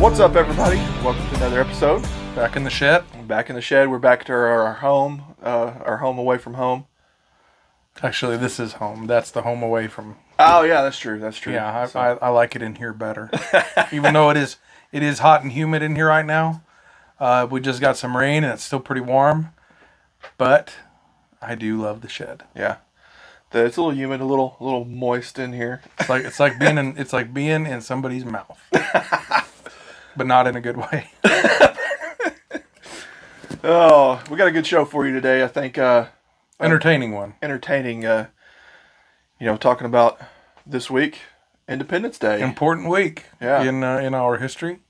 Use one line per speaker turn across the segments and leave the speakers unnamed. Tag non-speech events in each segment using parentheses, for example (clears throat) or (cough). What's up, everybody? Welcome to another episode.
Back in the shed.
Back in the shed. We're back to our, our home, uh, our home away from home.
Actually, this is home. That's the home away from.
Oh yeah, that's true. That's true.
Yeah, I,
So-
I, I like it in here better. Even though it is it is hot and humid in here right now. Uh, we just got some rain and it's still pretty warm. But I do love the shed.
yeah. The, it's a little humid, a little, a little moist in here.
It's like it's like being in it's like being in somebody's (laughs) mouth, but not in a good way.
Oh, we got a good show for you today. I think uh,
Entertaining one.
entertaining. Uh, you know, talking about this week, Independence Day.
Important week.
Yeah.
In uh, in our history.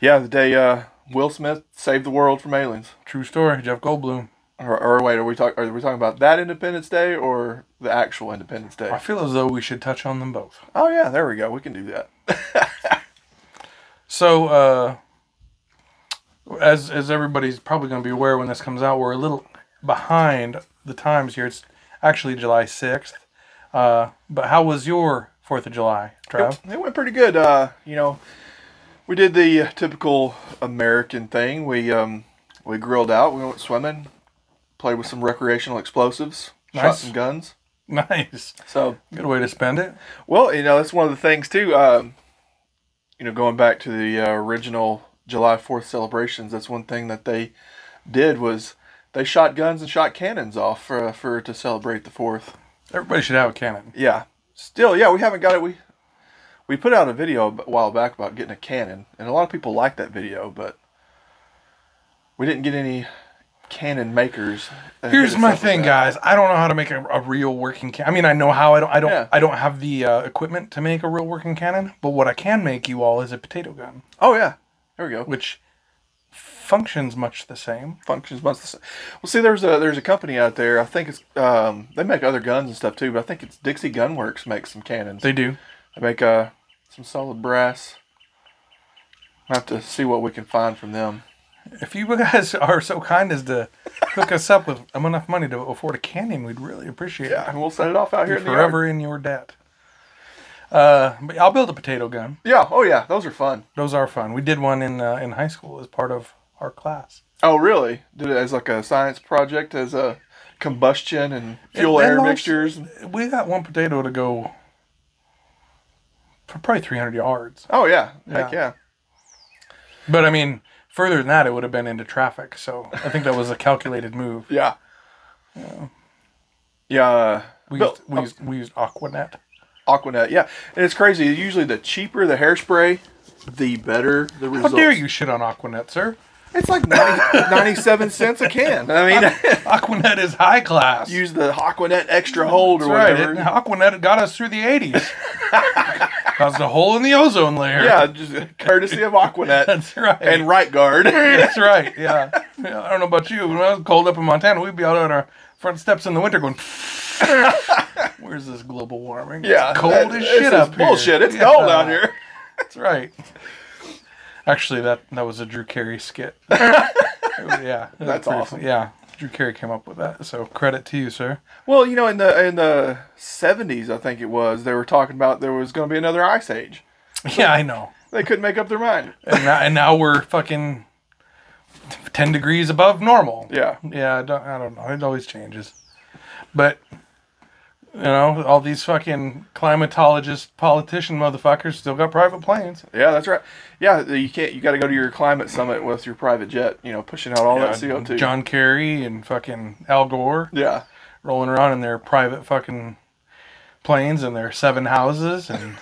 yeah, the day uh, Will Smith saved the world from aliens.
True story. Jeff Goldblum.
Or, or wait, are we talk? Are we talking about that Independence Day or the actual Independence
I
Day?
feel as though we should touch on them both.
Oh yeah, there we go. We can do that.
So, uh, as as everybody's probably going to be aware when this comes out, we're a little behind the times here. It's actually July sixth. Uh, but how was your Fourth of July, Trav?
It, it went pretty good. Uh, you know, we did the typical American thing. We um, we grilled out. We went swimming, played with some recreational explosives, shot
Nice.
some guns.
(laughs) Nice,
So,
good way to spend it.
well, you know, that's one of the things too. Um, you know, going back to the uh, original July Fourth celebrations, that's one thing that they did was they shot guns and shot cannons off for, for to celebrate the Fourth.
Everybody should have a cannon.
Yeah. Still, yeah, we haven't got it. We we put out a video a while back about getting a cannon, and a lot of people liked that video, but we didn't get any cannon makers. that hit
Here's
us
my
up with
thing,
that.
guys. I don't know how to make a, a real working cannon. I mean, I know how. I don't. I don't.
Yeah.
I don't have the uh, equipment to make a real working cannon. But what I can make you all is a potato gun,
Oh yeah, there we go.
which functions much the same.
Functions much the same. Well, see, there's a there's a company out there. I think it's um, they make other guns and stuff too, but I think it's Dixie Gunworks makes some cannons. They,
They do.
make uh, some solid brass. I have to see what we can find from them.
If you guys (laughs) are so kind as to hook us up with enough money to afford a canyon, we'd really appreciate
Yeah,
it.
and we'll set it off out here
You're
in the yard.
forever in your debt. Uh, but I'll build a potato gun.
Yeah. Oh yeah, those are fun.
Those are fun. We did one in uh, in high school as part of our class.
Oh, really? Did it as like a science project, as a combustion and fuel
It- it
air
launched-
mixtures? and-
We got one potato to go for probably 300 yards.
Oh yeah, heck yeah.
But I mean, further than that, it would have been into traffic. So I think that was a calculated move.
yeah, yeah, uh,
We
Bill-
used, we used, we used Aquanet.
Aquanet. Yeah, and it's crazy. Usually, the cheaper the hairspray, the better the
How
results.
dare you shit on Aquanet, sir?
It's like 90, 97 cents a
(laughs)
can. I mean,
Aquanet is high class.
use the Aquanet extra hold or
That's
whatever.
right. It, Aquanet got us through the 80s. (laughs) Caused a hole in the ozone layer.
Yeah, just courtesy of Aquanet
(laughs) That's right.
and Right Guard. (laughs)
That's right. Yeah. Yeah, I don't know about you. but When I was cold up in Montana, we'd be out on our front steps in the winter going, (laughs) Where's this global warming? It's
Yeah,
cold
that-
as
this
shit
is
up here.
Bullshit. It's
Yeah,
cold out here.
That's right. Actually, that, that was a Drew
(laughs)
Carey skit. yeah. that was
That's
pretty-
awesome.
Yeah. Drew Carey came up with that. So credit to you,
(laughs)
sir.
Well, you know, in the in the seventies, I think it was, they were talking about there was going to be another ice age.
Yeah, I know.
They couldn't make up their mind.
and now, and now we're fucking 10 degrees above normal.
Yeah,
Yeah, I don't, I don't know. It always changes. But, you know, all these fucking climatologist politician motherfuckers still got private planes.
yeah, that's right. Yeah, you can't. You got to go to your climate summit with your private jet. You know, pushing out all that CO two.
John Kerry and fucking Al Gore
Yeah,
rolling around in their private fucking planes and their seven houses and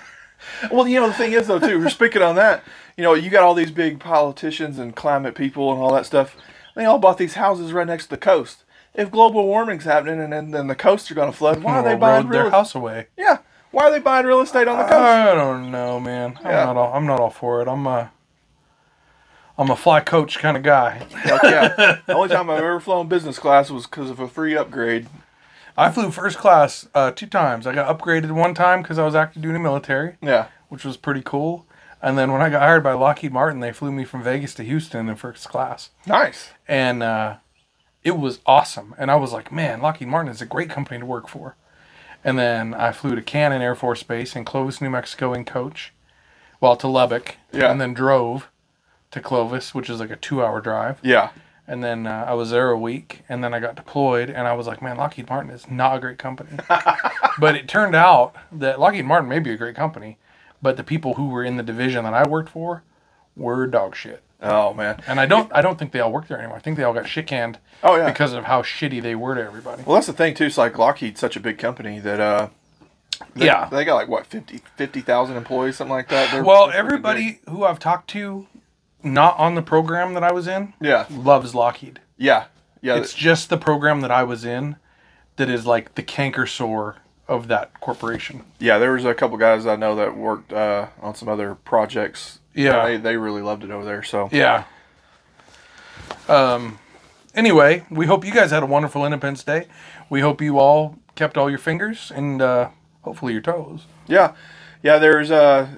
Well, you know, the thing is, though, too, we're speaking on that. You know, you got all these big politicians and climate people and all that stuff. They all bought these houses right next to the coast. If global warming's happening and then, then the coasts are going to flood, why (laughs) are they
well,
buying
rode their
real?
house Uh, away.
yeah, why are they buying real estate on the coast?
I don't know, man. I'm
Yeah.
not all I'm not all for it. I'm a I'm a fly coach kind of guy.
Fuck
(laughs)
yeah. the only time I've ever flown business class was because of a free upgrade.
I flew first class uh, two times. I got upgraded one time because I was active duty military,
Yeah.
which was pretty cool. And then when I got hired by Lockheed Martin, they flew me from Vegas to Houston in first class,
Nice.
and uh, it was awesome. And I was like, man, Lockheed Martin is a great company to work for. And then I flew to Cannon Air Force Base in Clovis, New Mexico, in coach, well to Lubbock,
Yeah.
and then drove to Clovis, which is like a two-hour drive.
Yeah.
And then uh, I was there a week, and then I got deployed, and I was like, man, Lockheed Martin is not a
(laughs)
great company. but it turned out that Lockheed Martin may be a great company, but the people who were in the division that I worked for were dog shit.
Oh man.
And I don't, I don't think they all work there anymore. I think they all got shit canned
Oh yeah.
because of how shitty they were to everybody.
well, that's the thing too. It's like Lockheed's such a big company that uh, they,
Yeah.
they got like what 50 50,000 employees, something like that. They're
Well,
they're pretty big.
everybody who I've talked to, not on the program that I was in,
Yeah.
loves Lockheed.
Yeah. Yeah.
It's just the program that I was in that is like the canker sore of that corporation.
Yeah, there was a couple guys I know that worked uh, on some other projects.
Yeah.
they, they really loved it over there. So
Yeah. Um. Anyway, we hope you guys had a wonderful Independence Day. We hope you all kept all your fingers and uh, hopefully your toes.
yeah, yeah. There's uh,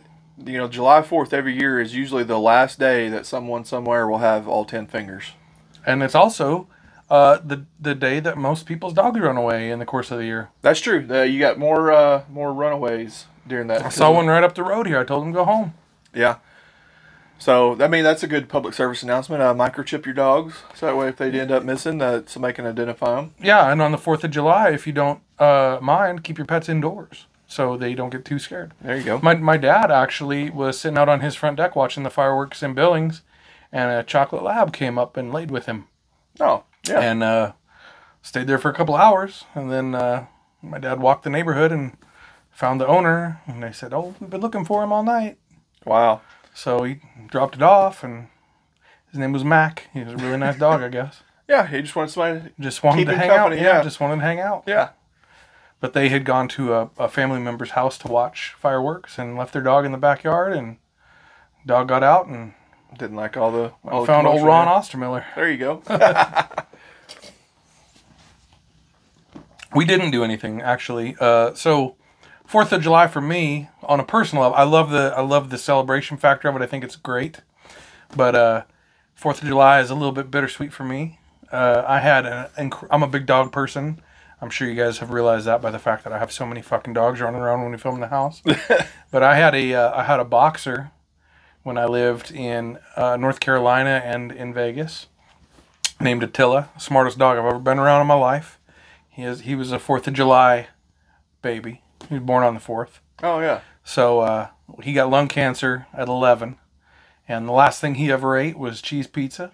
you know, July Fourth every year is usually the last day that someone somewhere will have all ten fingers.
And it's also uh, the the day that most people's dogs run away in the course of the year.
That's true. The, you got more uh, more runaways during that.
I saw one right up the road here. I told him to go home.
Yeah. So I mean, that's a good public service announcement. Uh, microchip your dogs, so that way if they end up missing, that somebody can identify them.
Yeah, and on the Fourth of July, if you don't uh, mind, keep your pets indoors so they don't get too scared.
There you go.
My my dad actually was sitting out on his front deck watching the fireworks in Billings, and a chocolate lab came up and laid with him.
Oh yeah.
and uh, stayed there for a couple hours. And then uh, my dad walked the neighborhood and found the owner. And they said, "Oh, we've been looking for him all night."
wow.
So he dropped it off, and his name was Mac. He was a really nice dog, I guess.
Yeah, he just wanted somebody.
Just wanted
Keep
to
him
hang
company,
out. Yeah,
yeah.
just wanted to hang out.
Yeah.
But they had gone to a, a family member's house to watch fireworks and left their dog in the backyard. And dog got out and
Didn't like all the. All the
found old
commotion
Ron
there.
Ostermiller.
There you go.
(laughs) We didn't do anything actually. Uh, so Fourth of July for me, on a personal level, I love the I love the celebration factor of it. I think it's great, but uh, Fourth of July is a little bit bittersweet for me. Uh, I had an inc- I'm a big dog person. I'm sure you guys have realized that by the fact that I have so many fucking dogs running around when we film in the house. but I had a uh, I had a boxer when I lived in uh, North Carolina and in Vegas, named Attila, smartest dog I've ever been around in my life. He is he was a Fourth of July baby. He was born on the fourth.
Oh yeah.
So uh, he got lung cancer at eleven, and the last thing he ever ate was cheese pizza.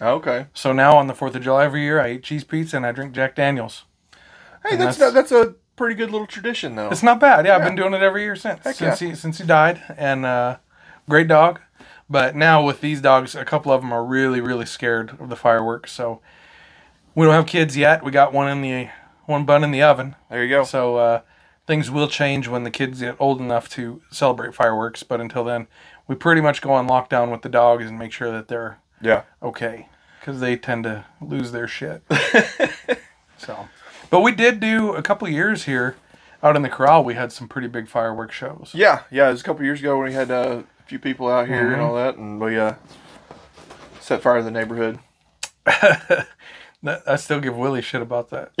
Okay.
So now on the Fourth of July every year, I eat cheese pizza and I drink Jack Daniels.
Hey, that's
that's-
that's, that's a pretty good little tradition though.
It's not bad. Yeah, I've been doing it every year since since he since he died, and uh, great dog. But now with these dogs, a couple of them are really really scared of the fireworks. So we don't have kids yet. We got one in the one bun in the oven.
There you go.
So uh, things will change when the kids get old enough to celebrate fireworks. But until then, we pretty much go on lockdown with the dogs and make sure that they're
Yeah.
okay because they tend to lose their shit. so, but we did do a couple years here out in the corral. We had some pretty big fireworks shows.
Yeah. Yeah. It was a couple years ago when we had uh, a few people out here
Mm-hmm.
and all that, and we uh, set fire to the neighborhood. (laughs)
That- I still give Willie shit about that.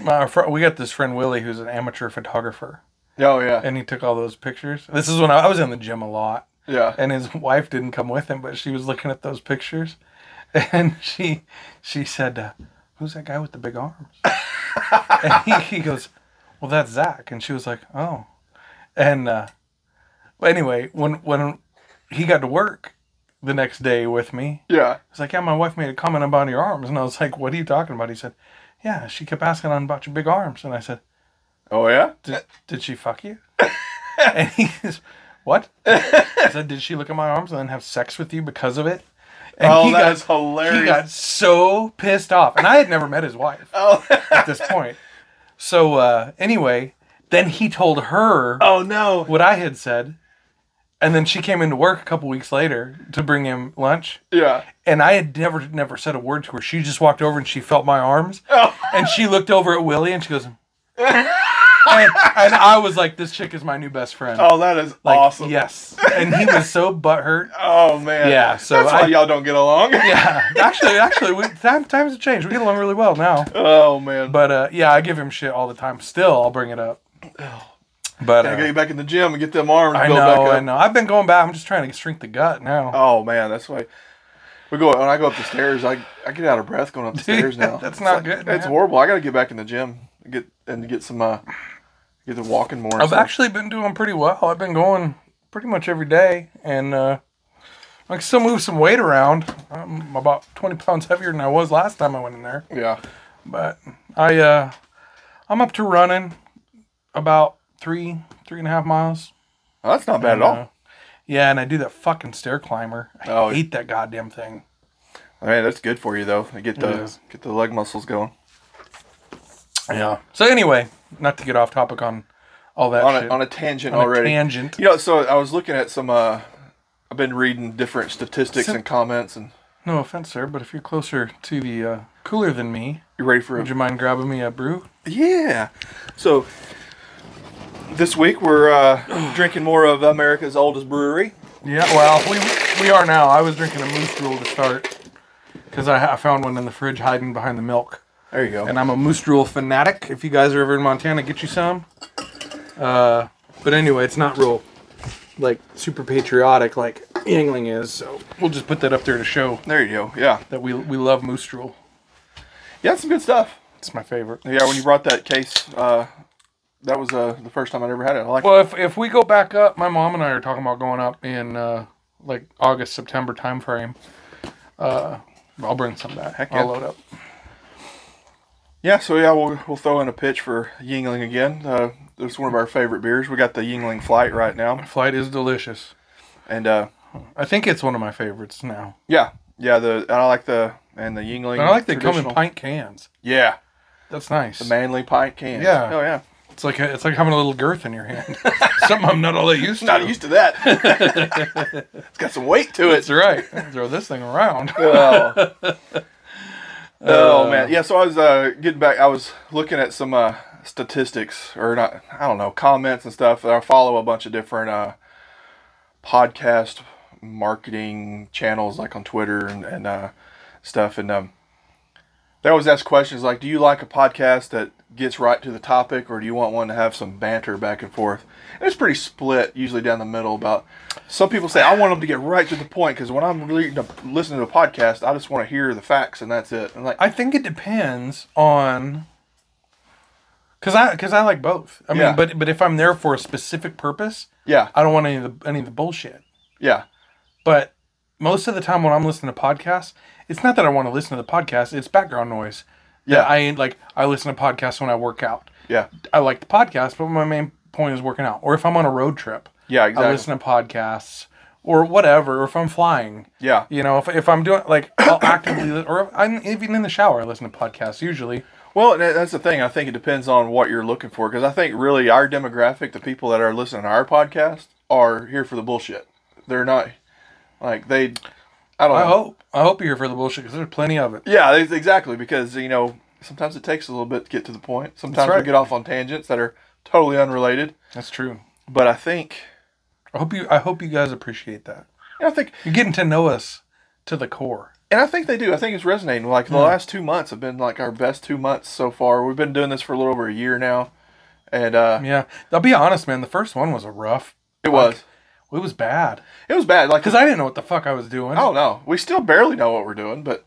My fr- we got this friend Willie who's an amateur photographer,
Oh yeah.
and he took all those pictures. This is when I, I was in the gym a lot.
Yeah.
and his (laughs) wife didn't come with him, but she was looking at those pictures, (laughs) and she she said, uh, "Who's that guy with the big arms?" and he, (laughs) he goes, "Well, that's Zach." And she was like, "Oh," and uh, well, anyway, when when he got to work the next day with me,
Yeah.
he's like, "Yeah, my wife made a comment about your arms," and I was like, "What are you talking about?" He said, "Yeah, she kept asking on about your big arms," and I said,
Oh yeah.
did, did she fuck you? (laughs) and he goes, what? I said, did she look at my arms and then have sex with you because of it? And
Oh,
he
that's
got,
hilarious.
He got so pissed off. And I had never met his wife
oh. (laughs)
at this point. So uh, anyway, then he told her
oh no.
what I had said. And then she came into work a couple weeks later to bring him lunch.
Yeah.
And I had never, never said a word to her. She just walked over and she felt my arms.
Oh.
And she looked over at Willie and she goes, and, and I was like, this chick is my new best friend.
Oh, that is
Like,
awesome.
Yes. And he was so butthurt.
Oh man.
Yeah, so
that's
I-
why y'all don't get along.
Yeah. Actually, actually, we, time, times have changed. We get along really well now.
(laughs) Oh man.
But uh, yeah, I give him shit all the time. Still, I'll bring it up. But
I gotta
uh,
get back in the gym and get them arms
I
built
know,
back
I
up.
know. I've been going back. I'm just trying to shrink the gut now.
Oh man, that's why we go when I go up the stairs. I I get out of breath
(laughs)
going up the
Dude,
stairs now.
that's
It's
not
like-
good,
It's
man.
horrible. I got to get back in the gym and get and get some uh get the walking more. and
I've
stuff.
actually been doing pretty well. I've been going pretty much every day, and uh, I can still move some weight around. I'm about 20 pounds heavier than I was last time I went in there.
yeah.
But I, uh, I'm up to running about three, three and a half miles.
Well, Oh, that's not bad at
Uh,
all.
yeah, and I do that fucking stair climber. I
Oh.
hate that goddamn thing.
I mean, that's good for you though. to Get the
is.
get the leg muscles going.
Yeah. So anyway, not to get off topic on all that
On
shit.
a, on a tangent
On a
already.
tangent.
You know, so I was looking at some. uh I've been reading different statistics
Sim-
and comments, and
No offense, sir, but if you're closer to the uh, cooler than me,
you ready for a
would you mind grabbing me a brew?
Yeah. So this week we're uh, (clears throat) drinking more of America's oldest brewery.
Yeah, well, we we are now. I was drinking a moose drool to start because I, I found one in the fridge hiding behind the milk.
There you go.
And I'm a moose drool fanatic. If you guys are ever in Montana, get you some. Uh, but anyway, it's not real like super patriotic like Yingling is. So we'll just put that up there to show
there you go. Yeah.
that we we love moose drool.
Yeah, it's some good stuff.
It's my favorite.
Yeah, when you brought that case, uh, that was uh, the first time I'd ever had it. I like it.
Well, if if we go back up, my mom and I are talking about going up in uh, like August September timeframe. Uh, I'll bring some back.
Heck yeah.
I'll load up.
Yeah, so yeah, we'll, we'll throw in a pitch for Yingling again. Uh, it's one of our favorite beers. We got the Yingling Flight right now.
Flight is delicious.
And uh,
I think it's one of my favorites now.
yeah, yeah, the and I like the and the Yingling.
And I like they come in
Mm, traditional-
pint cans.
Yeah,
That's nice.
Manly pint cans.
Yeah.
Oh, yeah.
It's like a, it's like having a little girth in your hand. (laughs) Something I'm not all that used to.
Not used to that. it's got some weight to it.
That's right. Throw this thing around.
oh. Oh, man, yeah. So I was uh, getting back. I was looking at some uh, statistics, or not. I don't know comments and stuff. I follow a bunch of different uh, podcast marketing channels, like on Twitter and, and uh, stuff. And um, they always ask questions like, "Do you like a podcast that gets right to the topic, or do you want one to have some banter back and forth?" And it's pretty split, usually down the middle. About some people say, "I want them to get right to the point," because when I'm reading a, listening to a podcast, I just want to hear the facts and that's it. And like,
I think it depends on. Cause I, cause I like both. I mean,
Yeah.
but but if I'm there for a specific purpose,
yeah,
I don't want any of the any of the bullshit.
yeah,
But most of the time when I'm listening to podcasts, it's not that I want to listen to the podcast. It's background noise.
Yeah.
I ain't like I listen to podcasts when I work out.
yeah,
I like the podcast, but my main point is working out. Or if I'm on a road trip,
yeah,
I
exactly.
listen to podcasts or whatever. Or if I'm flying,
Yeah,
you know, if, if I'm doing like I'll actively, li- or if I'm even in the shower, I listen to podcasts usually.
well, and that- that's the thing. I think it depends on what you're looking for because I think really our demographic, the people that are listening to our podcast, are here for the bullshit. They're not like they. I don't
I
know.
hope I hope you're here for the bullshit because there's plenty of it.
Yeah, that's exactly because you know sometimes it takes a little bit to get to the point. Sometimes
right.
we get off on tangents that are totally unrelated.
That's true.
But I think,
I hope you I hope you guys appreciate that.
I think,
You're getting to know us to the core.
and I think they do. I think it's resonating. Like
Hmm.
the last two months have been like our best two months so far. We've been doing this for a little over a year now, and uh,
Yeah, I'll be honest, man. The first one was a rough.
it was
It was bad
it was bad. Like
because I didn't know what the fuck I was doing.
I don't know. We still barely know what we're doing, but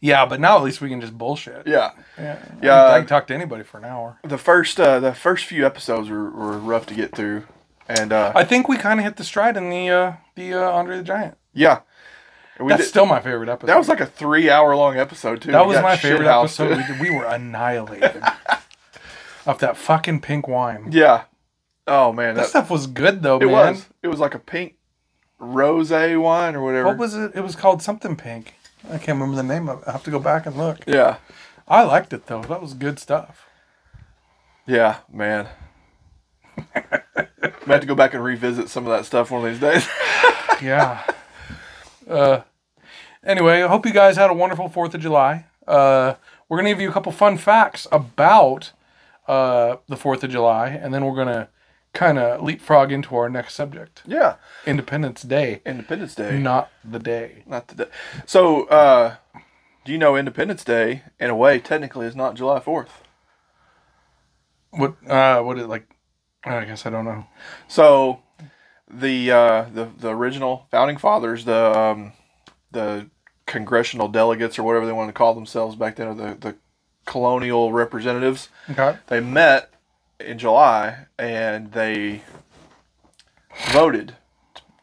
yeah, but now at least we can just bullshit.
yeah,
yeah.
Yeah.
I, can talk to anybody for an hour.
the first uh, the first few episodes were, were rough to get through, and uh,
I think we kind of hit the stride in the uh, the uh, Andre the Giant.
yeah, we
That's
did,
still my favorite episode.
that was like a three hour long episode too.
That
We
was
got
my favorite
shithoused.
episode. We, did- we were
(laughs)
annihilated of that fucking pink wine.
Yeah. Oh man,
That
that,
stuff was good though,
it
man.
was. It was like a pink rose wine or whatever.
What was it? It was called something pink. I can't remember the name of it. I have to go back and look.
yeah.
I liked it though. That was good stuff.
Yeah, man. we have to go back and revisit some of that stuff one of these days. (laughs)
Yeah. (laughs) uh, anyway, I hope you guys had a wonderful Fourth of July. Uh, we're gonna give you a couple fun facts about uh, the Fourth of July, and then we're gonna kind of leapfrog into our next subject:
yeah.
Independence Day,
Independence Day.
not the day.
Not today. So, uh, do you know Independence Day, in a way, technically is not July 4th?
What uh what is like I guess I don't know.
So, the uh, the the original founding fathers, the um, the congressional delegates or whatever they wanted to call themselves back then, or the the colonial representatives,
Okay.
they met in July and they voted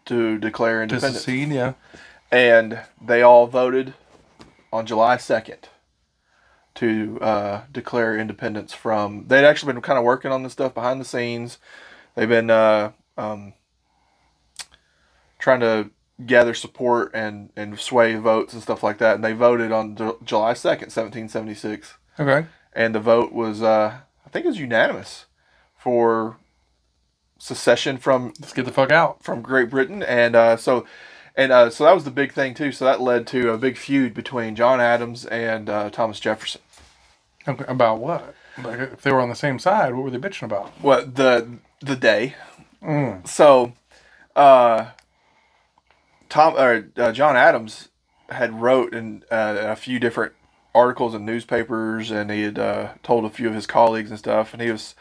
to declare
To
independence,
secede, yeah.
and they all voted on July second to uh, declare independence from. They'd actually been kind of working on this stuff behind the scenes. They've been uh, um, trying to gather support and and sway votes and stuff like that, and they voted on Ju- July second, seventeen seventy six
Okay.
and the vote was uh, I think it was unanimous for secession from
Let's get the fuck out.
from Great Britain, and uh, so and uh, so that was the big thing too. So that led to a big feud between John Adams and uh, Thomas Jefferson.
Okay. About what? Like if they were on the same side, what were they bitching about?
Well, the the day. So, uh, Tom or uh, John Adams had wrote in uh, a few different articles in newspapers, and he had uh, told a few of his colleagues and stuff, and he was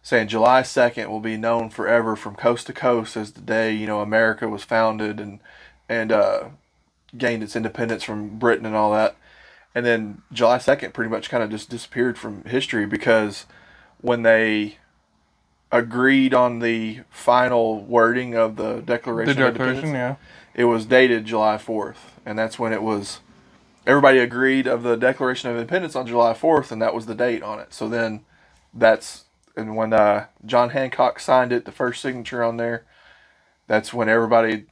saying July second will be known forever from coast to coast as the day you know America was founded and and uh, gained its independence from Britain and all that. And then July second pretty much kind of just disappeared from history because when they agreed on the final wording of the Declaration,
The
of Independence,
declaration, yeah.
it was dated July 4th, and that's when it was. Everybody agreed of the Declaration of Independence on July 4th, and that was the date on it. So then, that's and when uh, John Hancock signed it, the first signature on there. That's when everybody,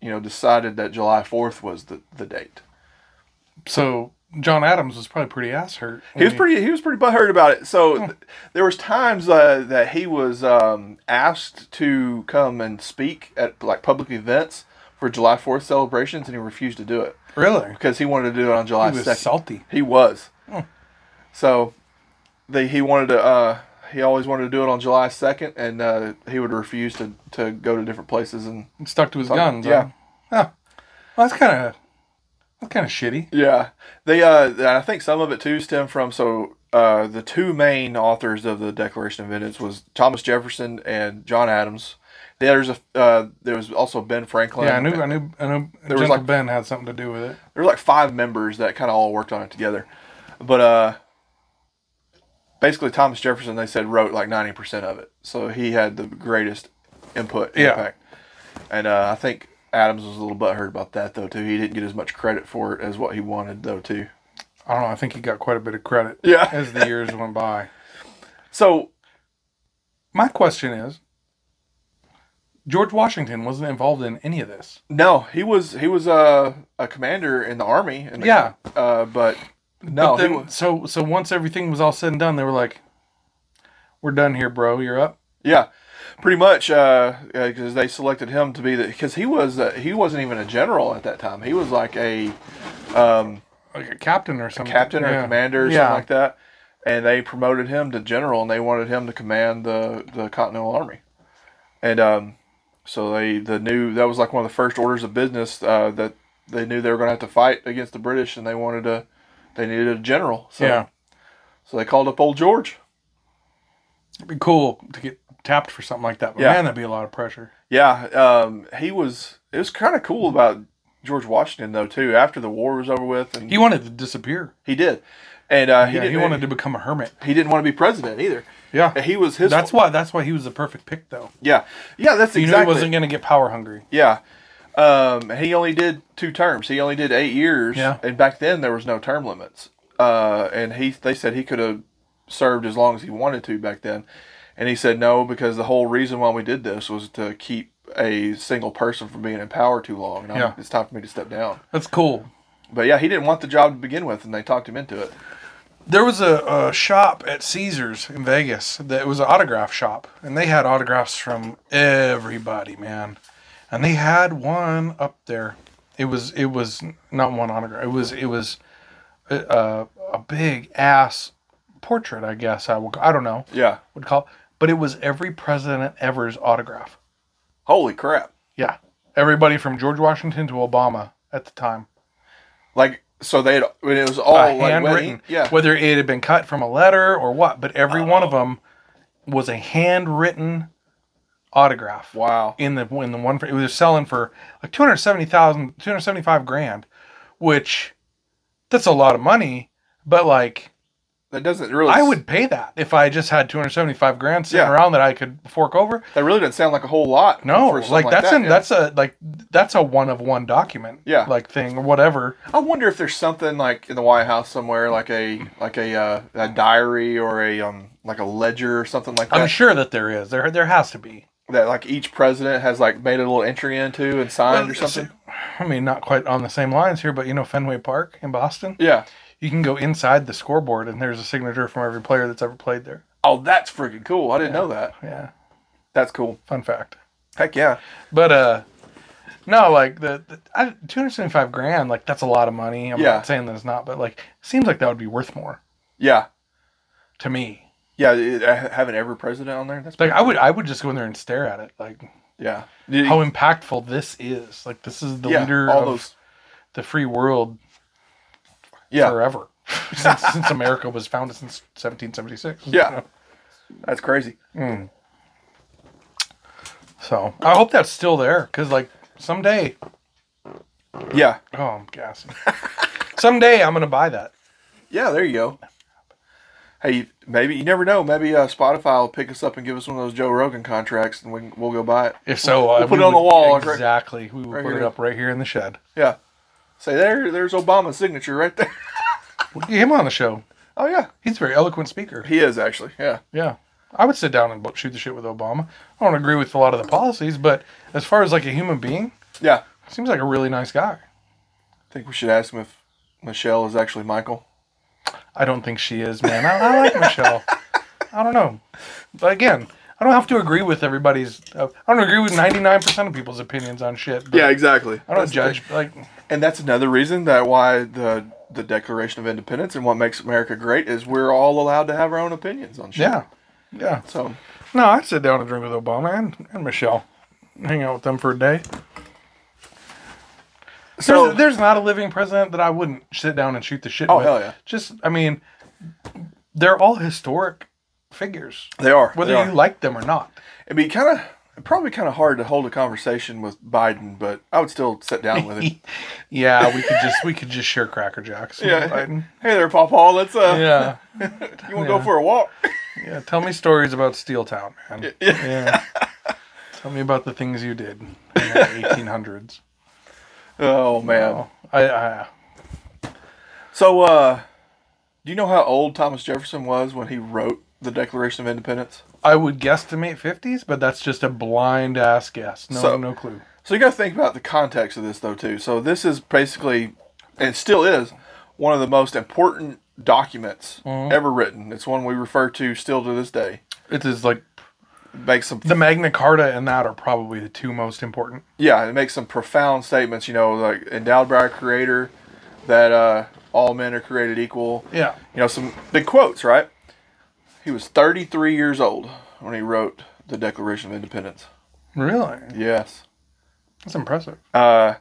you know, decided that July 4th was the, the date.
So John Adams was probably pretty ass hurt.
He was pretty. He was pretty butthurt about it. So th- there was times uh, that he was um, asked to come and speak at like public events for July Fourth celebrations, and he refused to do it.
really.
because he wanted to do it on July
He was Hmm.
second.
salty.
He was. So, they he wanted to. Uh, he always wanted to do it on July second, and uh, he would refuse to, to go to different places. And
Stuck to his guns. huh?
yeah.
Huh. Well, that's kind of that's kind of shitty.
yeah, they. Uh, and I think some of it too stem from so. Uh, the two main authors of the Declaration of Independence was Thomas Jefferson and John Adams. There's a uh, there was also Ben Franklin.
Yeah, I knew, I knew, I knew. There
was
Gentle
like-
Ben had something to do with it.
there were like five members that kind of all worked on it together. But uh, basically, Thomas Jefferson, they said, wrote like 90% of it. So he had the greatest input
Yeah.
impact. And uh, I think Adams was a little butthurt about that, though, too. He didn't get as much credit for it as what he wanted, though, too.
I don't know. I think he got quite a bit of credit
Yeah.
(laughs) as the years went by.
So,
My question is, George Washington wasn't involved in any of this.
no, he was he was uh, a commander in the army. And
Yeah.
Uh, but no,
But then-
he was,
so so once everything was all said and done, they were like, "We're done here, bro. You're up."
yeah. Pretty much, because uh, uh 'cause they selected him to be the because he was uh, he wasn't even a general at that time. He was like a
Like a captain or something.
captain or
Yeah.
commander or
Yeah.
something like that. And they promoted him to general, and they wanted him to command the the Continental Army. And um, so they the new that was like one of the first orders of business uh, that they knew they were going to have to fight against the British, and they wanted to they needed a general. So,
Yeah,
So they called up old George.
it'd be cool to get tapped for something like that. But
Yeah.
man, that'd be a lot of pressure.
Yeah, um, he was. It was kind of cool about George Washington though too. After the war was over with, and
He
he,
wanted to disappear.
did, and uh, he
yeah,
didn't
he wanted to become a hermit.
he didn't want to be president either.
Yeah,
He was his.
that's why. That's why he was the perfect pick, though.
yeah, yeah. That's
You
exactly.
knew he wasn't going to get power hungry.
Yeah. Um, he only did two terms. He only did eight years.
Yeah.
And back then there was no term limits. Uh, and he they said he could have served as long as he wanted to back then. And he said no because the whole reason why we did this was to keep a single person from being in power too long. And I'm-
Yeah.
it's time for me to step down.
That's cool.
But yeah, he didn't want the job to begin with, and they talked him into it.
There was a, a shop at Caesars in Vegas that was an autograph shop, and they had autographs from everybody, man. And they had one up there. It was it was not one autograph. It was it was a, a, a big ass portrait, I guess. I will. I don't know
Yeah.
what to call, it. but it was every president ever's autograph.
Holy crap.
Yeah, everybody from George Washington to Obama at the time.
Like so they had when it was all
uh,
Oh, like
handwritten,
wedding- Yeah. Oh.
whether it had been cut from a letter or what. But every one of them was a handwritten autograph
Wow.
in the in the one for, it was selling for like 270,000 275 grand which that's a lot of money but like
That doesn't really.
I would pay that if I just had 275 grand sitting
Yeah.
around that I could fork over
That really doesn't sound like a whole lot.
no
for something
like that's
that,
an
yeah.
that's a like that's a one of one document
Yeah.
like thing or whatever
I wonder if there's something like in the White House somewhere, like a like a uh, a diary or a um like a ledger or something like that.
I'm sure that there is there there has to be
that like each president has like made a little entry into and signed or
Well,
something.
I mean not quite on the same lines here but you know Fenway Park in Boston
Yeah.
you can go inside the scoreboard and there's a signature from every player that's ever played there
Oh, that's freaking cool. I didn't know that.
yeah
That's cool.
fun fact
Heck yeah.
But uh, no, like the, the I, 275 grand, like that's a lot of money. I'm
Yeah.
not saying that it's not, but like seems like that would be worth more
Yeah.
to me.
Yeah. it- uh, Having every president on there. That's
Like I would, I would just go in there and stare at it, like
yeah.
how impactful this is. Like this is the
yeah.
leader
all
of
those.
the free world
Yeah.
forever, (laughs) since, since America was founded since 1776.
Yeah. That's crazy.
So hmm. I hope that's still there, because like someday,
Yeah.
oh, I'm gassing. (laughs) someday I'm gonna buy that.
Yeah. There you go. Hey, maybe you never know. Maybe uh, Spotify will pick us up and give us one of those Joe Rogan contracts, and we can, we'll go buy it.
If so, uh,
We'll put
we
it on the
would-
wall, right-
Exactly. We would
right
put it
here.
up right here in the shed.
Yeah. Say there. There's Obama's signature right there. (laughs)
We'll get him on the show.
Oh yeah,
He's a very eloquent speaker.
he is actually. Yeah.
Yeah. I would sit down and bo- shoot the shit with Obama. I don't agree with a lot of the policies, but as far as like a human being,
Yeah.
seems like a really nice guy.
I think we should ask him if Michelle is actually Michael.
I don't think she is, man. I, I like Michelle. I don't know. But again, I don't have to agree with everybody's. Uh, I don't agree with ninety nine percent of people's opinions on shit. But
exactly.
I don't judge. Like,
And that's another reason that why the the Declaration of Independence and what makes America great is we're all allowed to have our own opinions on shit.
yeah, yeah.
So
No, I'd sit down and drink with Obama and, and Michelle, hang out with them for a day.
so
there's, there's not a living president that I wouldn't sit down and shoot the shit
Oh,
with.
hell yeah.
Just, I mean, they're all historic figures,
they are.
whether
they are.
you like them or not.
It'd be kind of probably kind of hard to hold a conversation with Biden, but I would still sit down with
(laughs)
him.
Yeah, we could just we could just share Cracker Jacks. with
yeah.
Biden.
Hey there, Paw Paw. Let's uh,
(laughs) Yeah.
you want to
Yeah.
go for a walk? (laughs)
Yeah. Tell me stories about Steel Town, man.
Yeah.
Yeah. (laughs) Tell me about the things you did in the (laughs) 1800s.
Oh man.
Oh, I, I
So uh, do you know how old Thomas Jefferson was when he wrote the Declaration of Independence?
I would guesstimate 50s, but that's just a blind ass guess. No,
So-
no clue.
So you got to think about the context of this though too. So this is basically, and still is, one of the most important documents
Mm-hmm.
ever written. It's one we refer to still to this day.
It is like
It makes some
the Magna Carta and that are probably the two most important.
yeah, it makes some profound statements. You know, like endowed by our Creator, that uh, all men are created equal.
Yeah.
You know, some big quotes, right? He was 33 years old when he wrote the Declaration of Independence.
Really?
Yes.
That's impressive.
uh,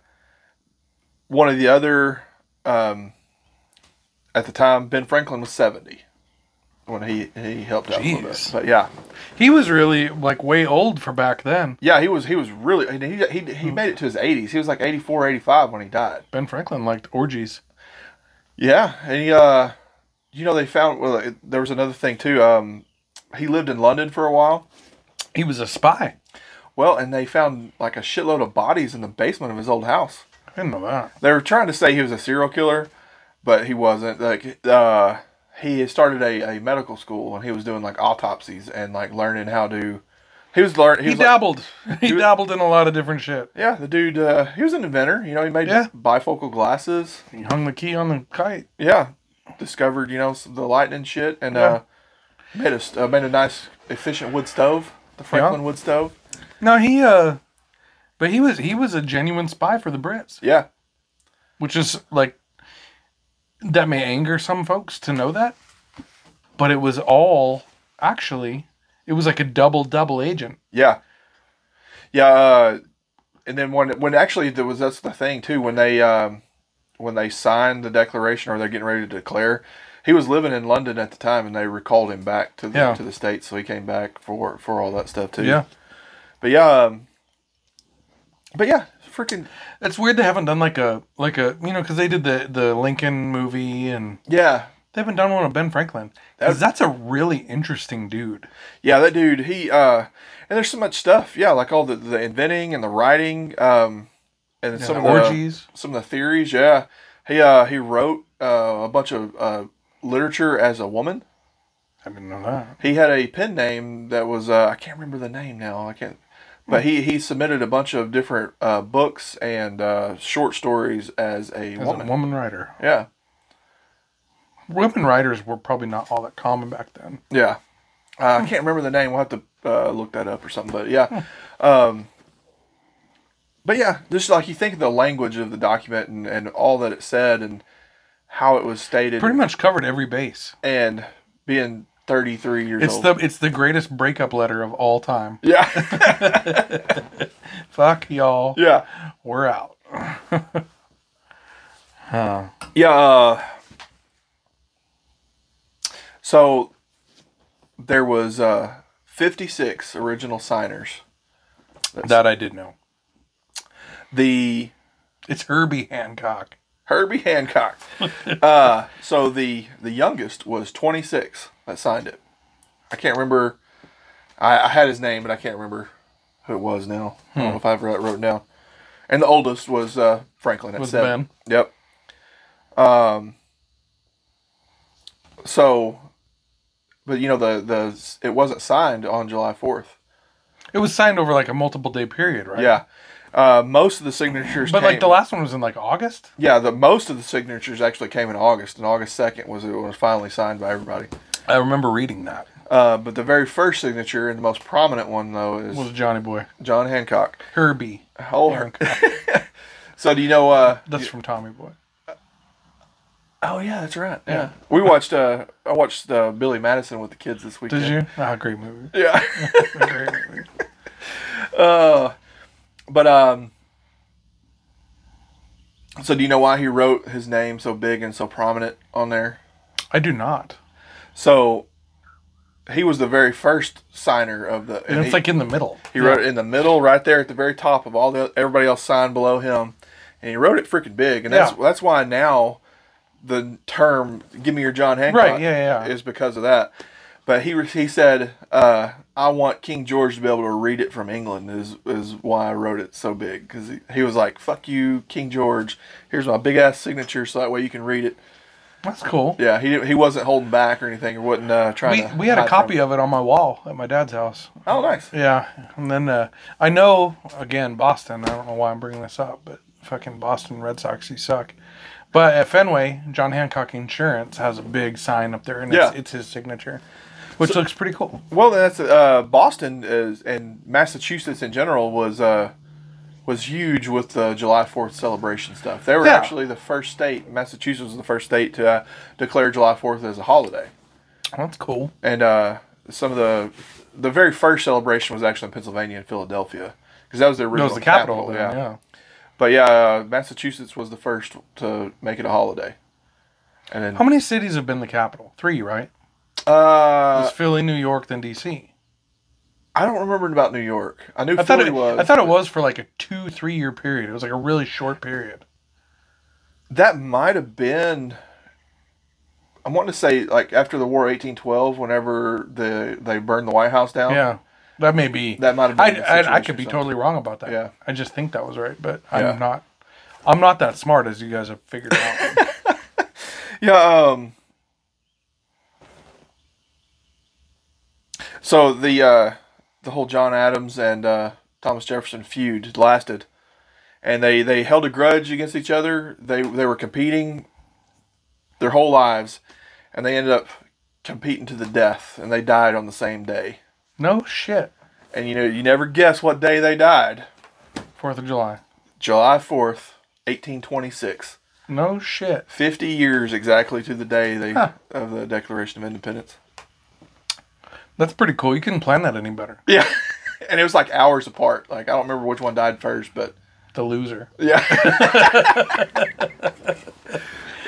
one of the other um, at the time ben franklin was 70 when he he helped out a little bit
Jeez.
but yeah
He was really like way old for back then.
yeah he was he was really and he, he, he made it to his 80s he was like 84 85 when he died
Ben Franklin liked orgies.
yeah and he uh you know they found well it- there was another thing too um he lived in london for a while
He was a spy.
well and they found like a shitload of bodies in the basement of his old house
I didn't know that.
they were trying to say he was a serial killer, but he wasn't. Like uh, he had started a, a medical school and he was doing like autopsies and like learning how to. He was learning. He,
He
was like,
dabbled. (laughs) he dabbled in a lot of different shit.
yeah, the dude. Uh, he was an inventor. You know, he made
Yeah.
bifocal glasses.
He hung the key on the kite.
Yeah, discovered you know some, the lightning shit and uh, made a st- uh, made a nice efficient wood stove, the Franklin wood stove.
No, he uh but he was he was a genuine spy for the Brits,
Yeah,
which is like that may anger some folks to know that. But it was all actually it was like a double double agent.
Yeah, yeah, uh, and then when when actually there was that's the thing too when they um, when they signed the declaration or they're getting ready to declare, he was living in London at the time, and they recalled him back to the
Yeah.
to the states. So he came back for for all that stuff too.
Yeah.
But yeah. Um, but yeah, freaking
It's weird they haven't done like a like a you know because they did the the Lincoln movie and
yeah,
they haven't done one of Ben Franklin because that's a really interesting dude.
yeah. That dude, he uh, and there's so much stuff. Yeah, like all the the inventing and the writing, um, and some
the
of the
orgies.
some of the theories. Yeah, he uh he wrote uh, a bunch of uh literature as a woman.
I didn't know that.
he had a pen name that was uh, I can't remember the name now. I can't. But he, he submitted a bunch of different uh, books and uh, short stories as a
As
woman.
a woman writer.
Yeah,
Women writers were probably not all that common back then.
yeah.
Hmm.
Uh, I can't remember the name. We'll have to uh, look that up or something. But yeah,
Hmm.
um, but yeah, just like you think of the language of the document and, and all that it said and how it was stated,
Pretty much covered every base.
and being thirty three years
It's
old.
the it's the greatest breakup letter of all time.
(laughs) yeah, (laughs)
Fuck y'all.
yeah.
We're out. huh.
Yeah. Uh, so there was uh, 56 original signers.
That I did know.
The
It's Herbie Hancock.
Herbie Hancock. uh, so the the youngest was 26 that signed it. I can't remember. I, I had his name, but I can't remember who it was now. I don't know if I ever wrote it down. And the oldest was uh, Franklin at
Was
seven. Yep. Um. So, but you know the the it wasn't signed on July fourth.
It was signed over like a multiple day period, right?
Yeah. Uh, most of the signatures.
But like
came-
the last one was in like August.
Yeah, the most of the signatures actually came in August, and August second was it was finally signed by everybody.
I remember reading that.
Uh, but the very first signature and the most prominent one though is
Was Johnny Boy
John Hancock.
Herbie?
Oh,
Hancock.
(laughs) so do you know? Uh,
That's from Tommy Boy.
oh yeah, that's right. Yeah, we watched. Uh, I watched uh, Billy Madison with the kids this weekend.
Did you? Ah, great movie.
you? Yeah. (laughs)
Great movie.
Uh, but um. So do you know why he wrote his name so big and so prominent on there?
I do not.
So he was the very first signer of the.
And, it's
he,
like in the middle.
he wrote it in the middle, right there at the very top of all the everybody else signed below him, and he wrote it freaking big, and that's
Yeah.
that's why now the term "Give me your John Hancock"
Right, yeah, yeah.
is because of that. But he re- he said, uh, "I want King George to be able to read it from England." Is is why I wrote it so big because he, he was like, "Fuck you, King George. Here's my big ass signature, so that way you can read it."
That's cool.
Yeah, he didn't- he wasn't holding back or anything, or wasn't uh, trying
We,
to.
we had a
hide from
copy of it on my wall at my dad's house.
it. Oh, nice.
Yeah, and then uh, I know again Boston. I don't know why I'm bringing this up, but fucking Boston Red Sox, you suck. But at Fenway, John Hancock Insurance has a big sign up there, and it's,
Yeah.
it's his signature, which looks pretty cool.
Well, that's uh, Boston is, and Massachusetts in general was uh, was huge with the July Fourth celebration stuff. They were
Yeah.
actually the first state. Massachusetts was the first state to uh, declare July Fourth as a holiday,
That's cool.
and uh, some of the the very first celebration was actually in Pennsylvania and Philadelphia because that was the
That
original
was the capital.
yeah.
then, yeah.
but yeah, uh, Massachusetts was the first to make it a holiday, and then
How many cities have been the capital? Three, right?
uh,
It's Philly, New York, then D.C.
I don't remember about New York. I knew
I thought
Philly
it,
was.
I thought it was for like a two, three year period. It was like a really short period.
that might have been i want to say like after the war 1812 whenever the they burned the white house down
Yeah, that may be.
Oh. that might have
I,
been the
I, I
situation
could be
or
totally wrong about that.
Yeah.
I just think that was right, but
Yeah.
I'm not. I'm not that smart as you guys have
(laughs)
figured out.
something. yeah um so the uh the whole john adams and uh thomas jefferson feud lasted and they they held a grudge against each other they they were competing their whole lives and they ended up competing to the death and they died on the same day
no shit.
And you know, you never guess what day they died.
Fourth of July.
July 4th, 1826.
No shit.
50 years exactly to the day they,
Huh.
of the Declaration of Independence.
That's pretty cool. You couldn't plan that any better.
Yeah. (laughs) and it was like hours apart. Like, I don't remember which one died first, but (laughs)
The loser.
yeah.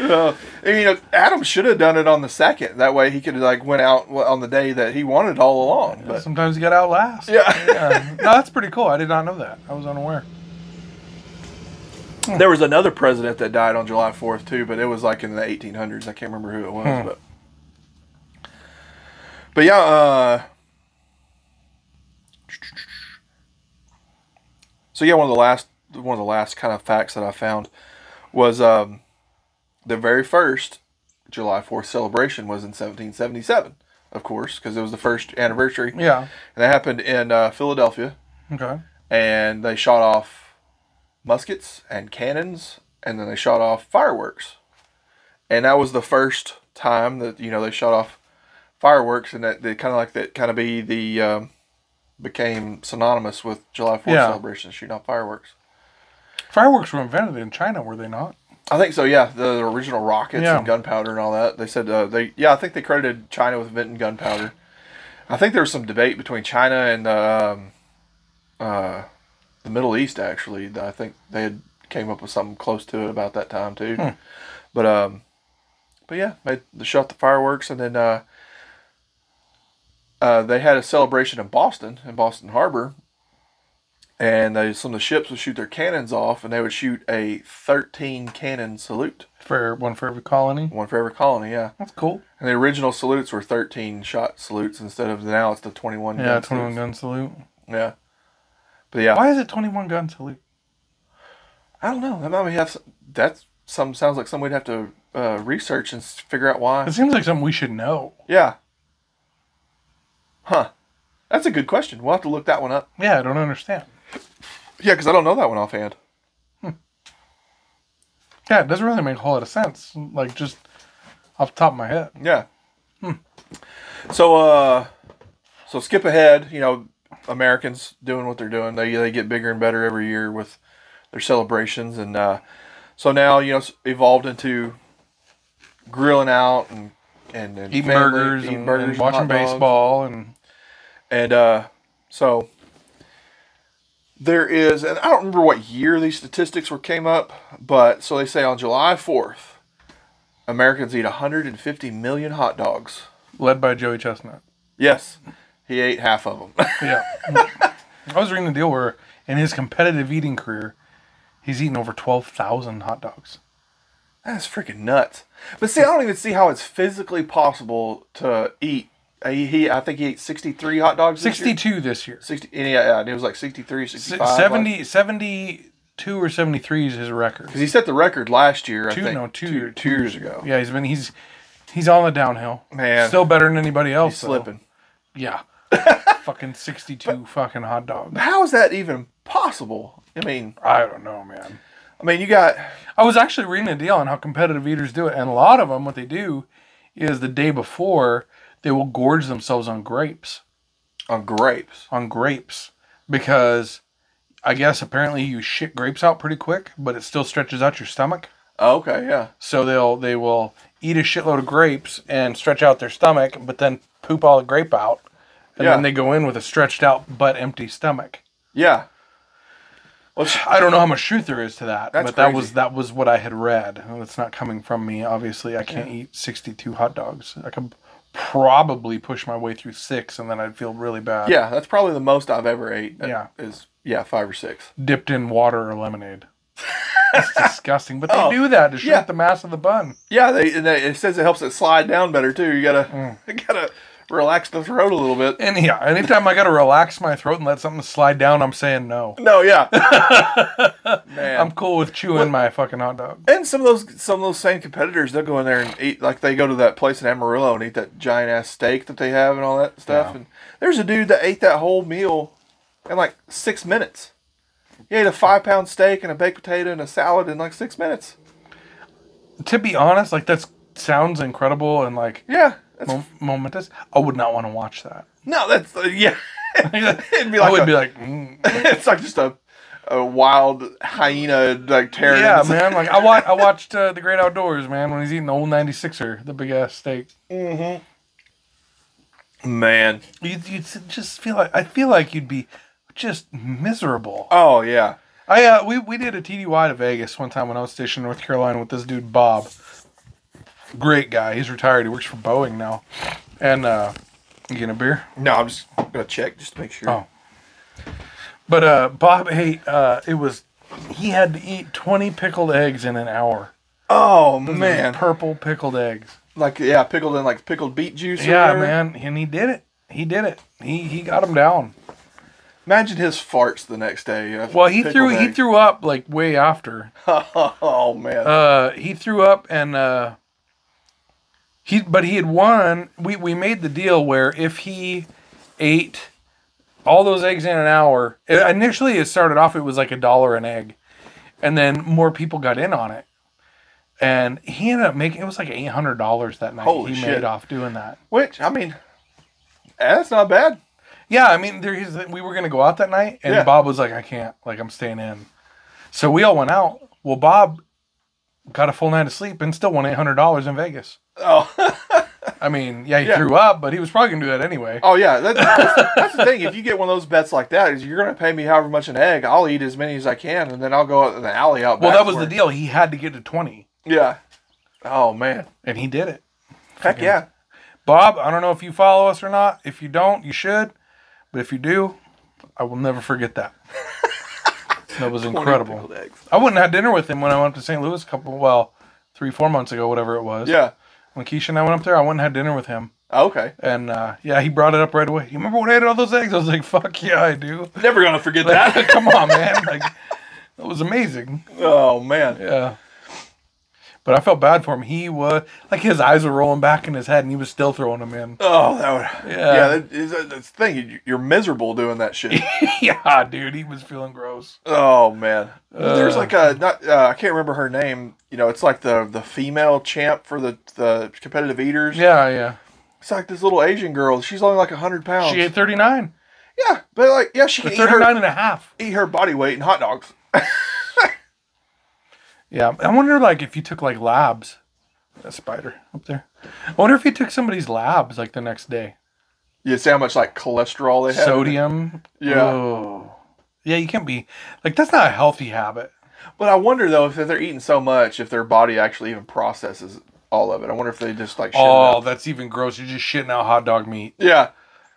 Uh, I mean, you know, Adam should have done it on the second. That way, he could have like went out on the day that he wanted all along. But
Sometimes you got out last.
Yeah.
No, that's pretty cool. I did not know that. I was unaware.
There was another president that died on July 4th too, but it was like in the 1800s. I can't remember who it was, but but yeah, uh, so yeah, one of the last one of the last kind of facts that I found was um, the very first July 4th celebration was in 1777, of course, because it was the first anniversary, and
Yeah.
that happened in uh, Philadelphia
Okay.
and they shot off muskets and cannons and then they shot off fireworks and that was the first time that you know they shot off fireworks and that they kind of like that kind of be the um, became synonymous with july 4th
Yeah.
celebrations shooting off fireworks
Fireworks were invented in China, were they not?
i think so yeah the, original rockets
Yeah.
and gunpowder and all that they said uh, they yeah i think they credited china with inventing gunpowder i think there was some debate between china and um, uh, the Middle East actually. that I think they had came up with something close to it about that time too. But um, but yeah, they, they shot the fireworks and then uh, uh, they had a celebration in Boston in Boston Harbor, and they, some of the ships would shoot their cannons off, and they would shoot a thirteen cannon salute,
For one for every colony.
one for every colony. Yeah,
That's cool.
and the original salutes were thirteen shot salutes instead of now it's the twenty one.
Yeah, 21 gun salute.
Yeah, but yeah,
Why is it 21 gun salute?
I don't know. That might have that's some sounds like something we'd have to uh, research and s- figure out
It
why.
seems like something we should know.
Yeah. Huh. That's a good question. We'll have to look that one up.
Yeah, I don't understand.
Yeah, because I don't know that one offhand.
Yeah, it doesn't really make a whole lot of sense. Like just off the top of my head.
Yeah.
Hmm.
So uh, so skip ahead. You know, Americans doing what they're doing. They they get bigger and better every year with their celebrations, and uh, so now you know it's evolved into grilling out and and, and
Eating
family-
burgers,
eating
and,
burgers
and
and
watching
hot dogs.
baseball and
And uh, so there is, and I don't remember what year these statistics were came up, but so they say on July 4th, Americans eat 150 million hot dogs.
led by Joey Chestnut.
Yes, he ate half of (laughs) them.
Yeah. I was reading the deal where in his competitive eating career, he's eaten over 12,000 hot dogs.
That's freaking nuts. But see, I don't even see how it's physically possible to eat. He, he I think he ate 63 hot dogs. this year.
62 this year.
60, and yeah, yeah, and it was like 63, 65. like-
70, 72 or 73 is his record.
'cause he set the record last year, I
Two-
think.
no, two-
two years ago.
Yeah, he's been he's he's on the downhill.
Man.
still better than anybody else. though.
Slipping. (laughs)
Yeah, fucking sixty-two fucking hot dog.
How is that even possible? I mean,
I don't know, man.
I mean, you got
I was actually reading a deal on how competitive eaters do it, and a lot of them, what they do is the day before they will gorge themselves on grapes,
on grapes.
on grapes, because I guess apparently you shit grapes out pretty quick, but it still stretches out your stomach.
Oh, okay, yeah,
So they'll they will eat a shitload of grapes and stretch out their stomach, but then poop all the grape out, and
Yeah.
then they go in with a stretched out but empty stomach.
yeah.
I don't know how much truth there is to that,
That's
but that
crazy.
was that was what I had read. And It's not coming from me, obviously. I can't eat sixty two hot dogs. I could probably push my way through six, and then I'd feel really bad.
Yeah, that's probably the most I've ever ate. uh,
Yeah.
Is yeah, five or six.
dipped in water or (laughs) lemonade. It's disgusting, but they do that to shrink
yeah.
the mass of the bun.
Yeah, they and they, it says it helps it slide down better too. You gotta you (laughs)
Mm.
gotta relax the throat a little bit.
And yeah, anytime I got to relax my throat and let something slide down, I'm saying no.
No,
(laughs)
yeah. Man.
I'm cool with chewing my fucking hot dog.
and some of those some of those same competitors, they'll go in there and eat like they go to that place in Amarillo and eat that giant ass steak that they have and all that stuff. And there's a dude that ate that whole meal in like six minutes. He ate a five pound steak and a baked potato and a salad in like six minutes.
To be honest, like that sounds incredible and like
Yeah, that's
mom- momentous. I would not want to watch that. (laughs)
no, that's uh, yeah. (laughs) It'd be
I
like
would
a-
be like, mm.
it's like just a, a wild hyena like tearing.
yeah,
into-
man. Like I watched, I watched uh, the Great Outdoors, man, when he's eating the old 96er, the big ass steak.
man.
You you just feel like I feel like you'd be just miserable.
Oh yeah,
I uh, we we did a TDY to Vegas one time when I was stationed in North Carolina with this dude Bob, great guy. He's retired. He works for Boeing now. And uh, you getting a beer?
No, I'm just gonna check just to make sure.
Oh. But uh, Bob ate. Uh, it was he had to eat twenty pickled eggs in an hour.
Oh, man,
purple pickled eggs.
like yeah, pickled in like pickled beet juice. or
Yeah,
whatever.
man, and he did it. He did it. He he got him down.
Imagine his farts the next day. uh,
Well, he
pickled
threw he
egg.
threw up like way after.
(laughs) oh man.
Uh, he threw up and uh, he but he had won. We we made the deal where if he ate all those eggs in an hour, it, initially it started off it was like a dollar an egg, and then more people got in on it, and he ended up making it was like eight hundred dollars that night
Holy
he
shit.
made off doing that.
Which I mean, eh, that's not bad.
Yeah, I mean, there is. We were gonna go out that night, and
Yeah.
Bob was like, "I can't. Like, I'm staying in." So we all went out. Well, Bob got a full night of sleep and still won eight hundred dollars in Vegas.
Oh, (laughs)
I mean, yeah, he
Yeah.
threw up, but he was probably gonna do that anyway.
oh yeah. That, that's, that's the thing. If you get one of those bets like that, is you're gonna pay me however much an egg. I'll eat as many as I can, and then I'll go out in the alley out.
well,
back
that was
for
the
it.
deal. He had to get to twenty,
Yeah. Oh man.
and he did it.
Heck yeah.
Bob, I don't know if you follow us or not. If you don't, you should. But if you do, I will never
(laughs)
forget that. that was incredible.
Pickled eggs.
I wouldn't have had dinner with him when I went up to St. Louis a couple, well, three, four months ago, whatever it was.
Yeah.
when Keisha and I went up there, I went and had dinner with him.
Okay.
And uh, yeah, he brought it up right away. You remember when I ate all those eggs? I was like, fuck yeah, I do. (laughs)
Never gonna forget
Like,
that.
come on, man. Like, that was amazing.
(laughs) oh man.
Yeah. But I felt bad for him. He was, like, his eyes were rolling back in his head and he was still throwing them in. (laughs)
Oh, that would.
Yeah.
Yeah. that is, uh, that's the thing. You- You're miserable doing that shit.
yeah, dude. He was feeling gross.
Oh man, there's
Uh.
like a not uh, I can't remember her name. You know, it's like the the female champ for the the competitive eaters.
Yeah, yeah.
It's like this little Asian girl. She's only like hundred pounds.
She ate 39.
yeah, but like yeah, she
Or
can eat her,
39 and a half.
eat her body weight in hot dogs.
Yeah. I wonder, like, if you took, like, labs. That spider up there. I wonder if he took somebody's labs, like, the next day.
You see how much like cholesterol they have.
sodium.
Yeah.
Oh. Yeah, you can't be like that's not a healthy habit.
But I wonder though if they're eating so much, if their body actually even processes all of it. I wonder if they just like shit it
Oh,
out.
that's even gross. You're just shitting out hot dog meat.
Yeah,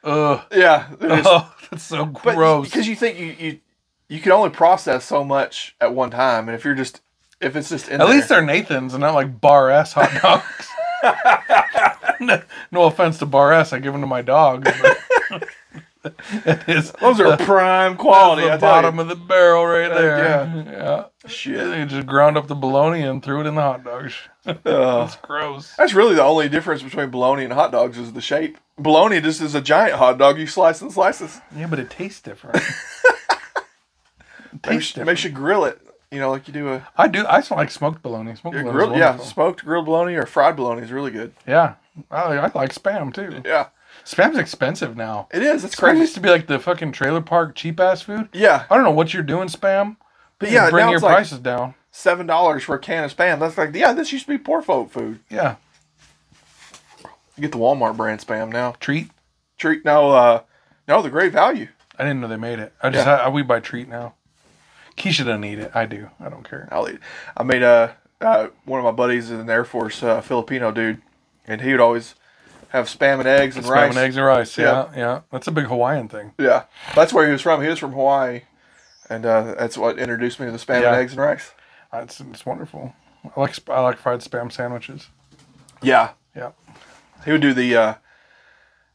Ugh.
yeah. They're just-
(laughs) Oh, that's so
but
gross.
Because you think you you you can only process so much at one time, and if you're just if it's just in
At
there-
least they're Nathan's and not like Bar S hot dogs.
(laughs)
(laughs) no, no offense to Bar S, I give them to my dog. but- (laughs) That is
Those
(laughs)
are prime quality.
the
I tell
bottom of the barrel right there. Yeah.
you.
yeah.
Shit.
They just ground up the bologna and threw it in the hot (laughs) dogs.
Ugh.
That's gross.
that's really the only difference between bologna and hot dogs is the shape. Bologna just is a giant hot dog. You slice and slices.
Yeah, but it
(laughs)
tastes different. It
Maybe,
tastes
sh- maybe
different.
should grill it. You know, like you do a,
I do. I still like smoked bologna. Smoked
a
bologna.
grill. Yeah, smoked grilled bologna or fried bologna is really good.
yeah. I, I like spam too.
Yeah,
Spam's expensive now.
it is. It's
Spam
crazy.
used to be like the fucking trailer park cheap ass food.
Yeah,
I don't know what you're doing, spam.
but
You
yeah,
bring
now
your
it's like
prices down.
seven dollars for a can of spam. That's like yeah, this used to be poor folk food.
Yeah,
You get the Walmart brand spam now.
treat.
Treat no, uh, no, the great value.
I didn't know they made it. I just I, we buy treat now. Keisha doesn't eat it. I do. I don't care.
I'll eat. I made uh, uh, one of my buddies in the Air Force, uh, Filipino dude, and he would always have spam and eggs and
Spam
rice.
and eggs and rice. Yeah.
Yeah.
yeah, That's a big Hawaiian thing.
Yeah, that's where he was from. He was from Hawaii, and uh, that's what introduced me to the spam
Yeah.
and eggs and rice.
It's, it's wonderful. I like sp- I like fried spam sandwiches.
Yeah,
Yeah.
he would do the. Uh,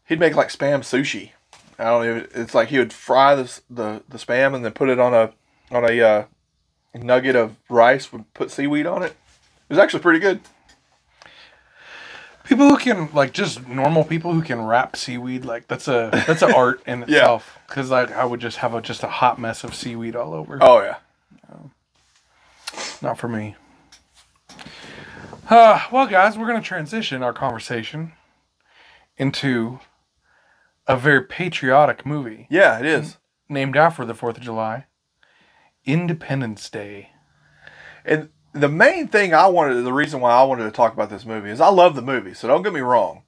he'd make like spam sushi. I don't know. It's like he would fry the s- the, the spam and then put it on a on a uh, nugget of rice. Would put seaweed on it. It was actually pretty good.
People who can like just normal people who can wrap seaweed like that's a that's an art in itself. Because like I would just have a just a hot mess of seaweed all over.
Oh yeah.
Not for me. Uh, well, guys, we're gonna transition our conversation into a very patriotic movie
Yeah, it is.
named after the Fourth of July, Independence Day.
And the main thing I wanted, the reason why I wanted to talk about this movie is I love the movie, so don't get me wrong.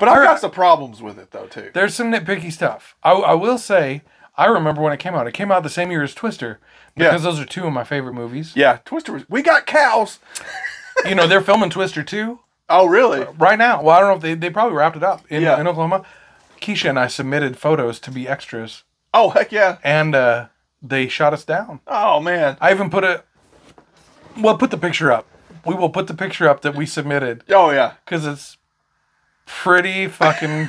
But I've got some problems with it though too.
There's some nitpicky stuff. I, I will say I remember when it came out. It came out the same year as Twister because those are two of my favorite movies.
Yeah, Twister was. We got cows.
you know, they're filming Twister 2
Oh, really?
right now. Well, I don't know if they, they probably wrapped it up in,
Yeah.
in Oklahoma. Keisha and I submitted photos to be extras,
Oh, heck yeah.
and uh, they shot us down.
Oh, man.
I even put a well, put the picture up. We will put the picture up that we submitted
Oh, yeah.
because it's pretty fucking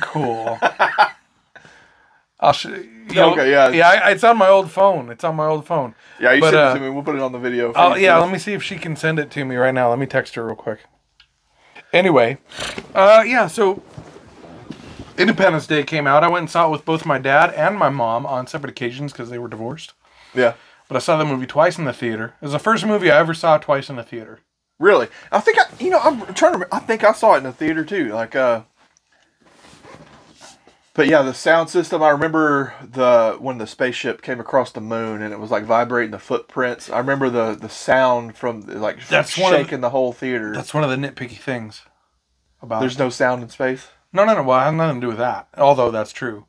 (laughs)
cool. I'll sh- you know,
Okay, yeah.
yeah. I, it's on my old phone. It's on my old phone.
Yeah, you
But,
send
uh,
it to me. We'll put it on the video. for
Oh
you.
yeah, let me see if she can send it to me right now. Let me text her real quick. Anyway, uh, yeah, so Independence Day came out. I went and saw it with both my dad and my mom on separate occasions because they were divorced.
Yeah.
But I saw the movie twice in the theater. It was the first movie I ever saw twice in the theater.
Really? I think I, you know, I'm trying to. remem- I think I saw it in the theater too. Like, uh, but yeah, the sound system. I remember the when the spaceship came across the moon and it was like vibrating the footprints. I remember the the sound from like
That's one of the-
shaking the whole theater.
That's one of the nitpicky things about
There's no sound in space.
No, no, no. Well, it has nothing to do with that. Although that's true.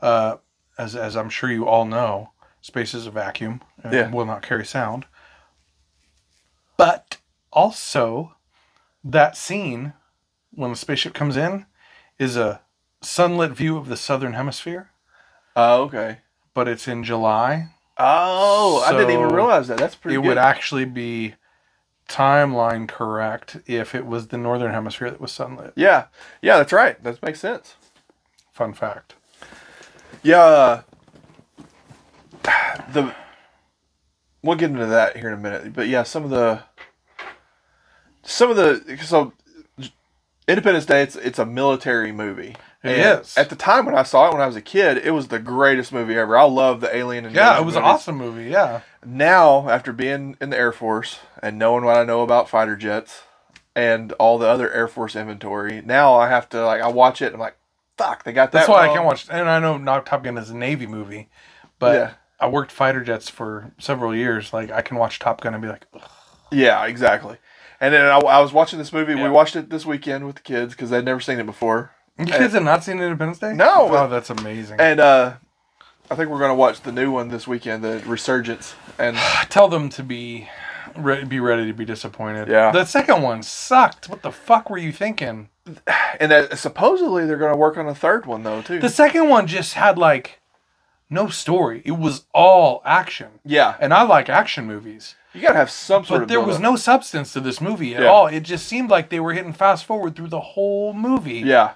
Uh, as, as I'm sure you all know, space is a vacuum and
Yeah.
will not carry sound. But also, that scene when the spaceship comes in is a sunlit view of the southern hemisphere,
Oh, okay.
but it's in July.
Oh, I didn't even
So,
realize that. That's pretty
it
good.
would actually be timeline correct if it was the northern hemisphere that was sunlit.
yeah, yeah, that's right. That makes sense.
Fun fact.
Yeah. uh, (sighs) The we'll get into that here in a minute, but yeah, some of the some of the so Independence Day it's it's a military movie.
It
And
is.
At the time when I saw it when I was a kid, it was the greatest movie ever. I love the alien and
Yeah,
alien
it was an
movies.
awesome movie. Yeah.
Now, after being in the Air Force and knowing what I know about fighter jets and all the other Air Force inventory, now I have to like I watch it and I'm like, fuck, they got that. um,
That's why I
wrong.
can't watch. And I know not Top Gun is a Navy movie, but
Yeah.
I worked fighter jets for several years. Like I can watch Top Gun and be like, "Ugh."
Yeah, exactly. And then I, I was watching this movie.
Yeah.
We watched it this weekend with the kids because they'd never seen it before.
"You kids have not seen Independence Day?
No.
Oh, that's amazing.
And uh, I think we're gonna watch the new one this weekend, the Resurgence.
(sighs)
And
(sighs) Tell them to be re- be ready to be disappointed.
Yeah.
The second one sucked. What the fuck were you thinking?
and that, supposedly they're gonna work on a third one though too.
The second one just had like no story. It was all action.
yeah,
And I like action movies.
you gotta have some sort
But
of.
there was
buildup.
no substance to this movie at
Yeah.
all. It just seemed like they were hitting fast forward through the whole movie.
Yeah,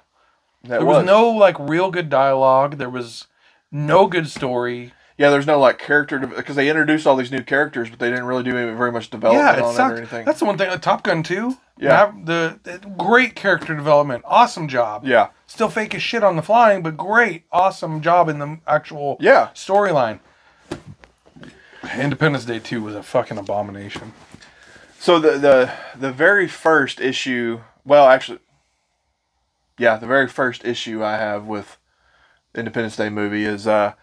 that
There was no like real good dialogue. There was no good story.
Yeah, there's no like character because they introduced all these new characters, but they didn't really do any, very much development
yeah, it
on it or
sucked.
anything.
That's the one thing. Like, Top Gun two.
Yeah.
the, the great character development. Awesome job.
yeah,
Still fake as shit on the flying, but great, awesome job in the actual
yeah.
storyline. Independence Day two was a fucking abomination.
So the the the very first issue, well, actually, yeah, the very first issue I have with Independence Day movie is uh,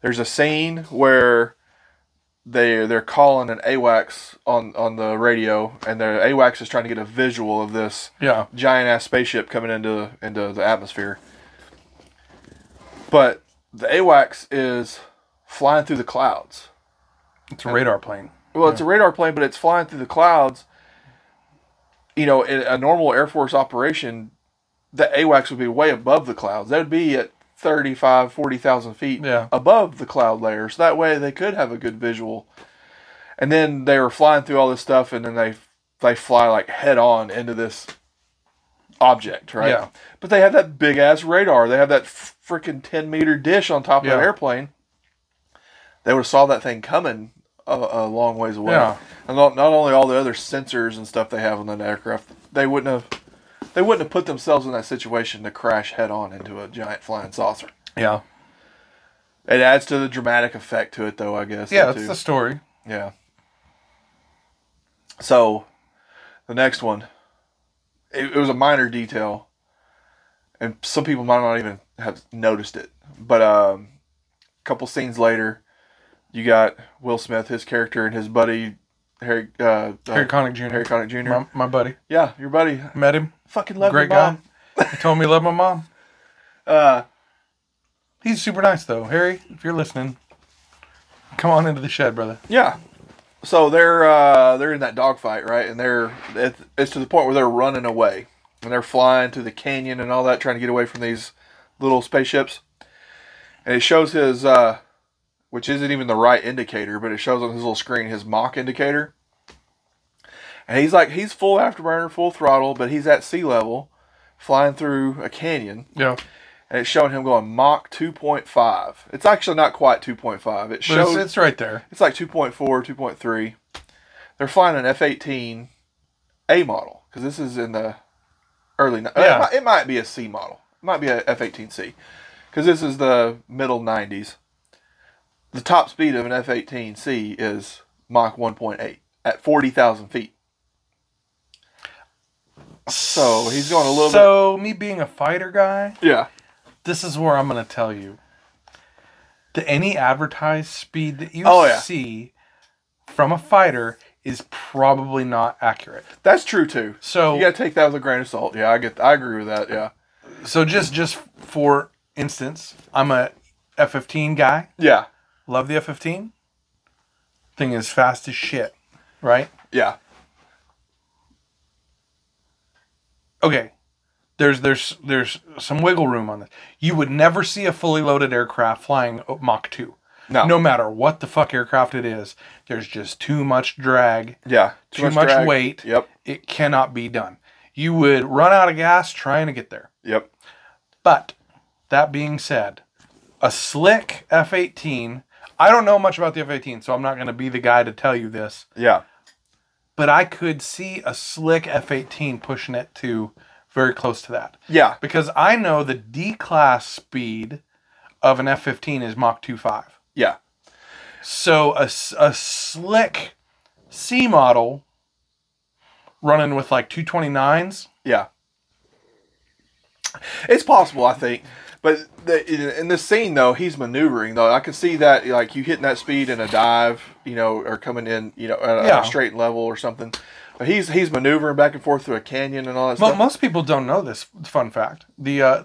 there's a scene where they they're calling an AWACS on on the radio, and the AWACS is trying to get a visual of this
Yeah.
giant ass spaceship coming into into the atmosphere. But the AWACS is flying through the clouds.
It's a radar plane.
Well, it's a radar plane, but it's flying through the clouds. You know, in a normal Air Force operation, the AWACS would be way above the clouds. They would be at 35, 40,000 feet
Yeah.
above the cloud layer. So that way they could have a good visual. And then they were flying through all this stuff, and then they they fly like head on into this object, right?
Yeah.
But they have that big ass radar. They have that freaking 10 meter dish on top of
Yeah.
that airplane. They would have saw that thing coming a, a long ways away.
Yeah.
And not, not only all the other sensors and stuff they have on that aircraft, they wouldn't have they wouldn't have put themselves in that situation to crash head on into a giant flying saucer.
Yeah.
It adds to the dramatic effect to it, though. I guess.
Yeah,
that
that's
too.
the story.
yeah. So, the next one, it, it was a minor detail, and some people might not even have noticed it. But um, a couple scenes later, you got Will Smith, his character, and his buddy Harry uh, uh,
Harry Connick Jr.
Harry Connick Jr.
my, my buddy.
Yeah, your buddy.
Met him.
Fucking love
great
your mom.
guy. He told me he loved my mom.
Uh,
He's super nice though, Harry. If you're listening, come on into the shed, brother.
yeah. so they're uh, they're in that dogfight, right? And they're it- it's to the point where they're running away and they're flying through the canyon and all that, trying to get away from these little spaceships. And it shows his, uh, which isn't even the right indicator, but it shows on his little screen his mock indicator. And he's like he's full afterburner, full throttle, but he's at sea level, flying through a canyon
Yeah.
and it's showing him going Mach 2.5. It's actually not quite 2.5. It
But it's,
shows it's,
it's right there.
like 2.4, 2.3. They're flying an F-18 A model because this is in the early. ni- uh,
Yeah.
It, might, it might be a C model. It might be a F-18C because this is the middle 90s. The top speed of an F-18C is Mach 1.8 at 40,000 feet. So he's going a little
So me being a fighter guy,
bit. Yeah.
this is where I'm going to tell you that any advertised speed that you
Oh, yeah.
see from a fighter is probably not accurate.
That's true too.
So
You gotta take that with a grain of salt. Yeah, I get. I agree with that. Yeah,
so just just for instance, I'm a F15 guy.
yeah,
Love the F15. Thing is fast as shit, right?
yeah,
Okay. There's there's there's some wiggle room on this. You would never see a fully loaded aircraft flying Mach 2.
No.
No matter what the fuck aircraft it is, there's just too much drag
yeah.
too much
drag.
weight.
Yep,
It cannot be done. You would run out of gas trying to get there.
yep,
But that being said, a slick F 18, I don't know much about the F 18, so I'm not going to be the guy to tell you this,
yeah,
but I could see a slick F 18 pushing it to very close to that.
yeah,
Because I know the D class speed of an F 15 is Mach 2.5.
yeah,
So a, s- a slick C model running with like 229s.
yeah. It's possible, I think, but the, in, in this scene though, he's maneuvering though. I can see that like you hitting that speed in a dive, you know, or coming in, you know, at a-
Yeah.
a straight level or something. But he's he's maneuvering back and forth through a canyon and all that
Well,
stuff.
most people don't know this fun fact. The uh,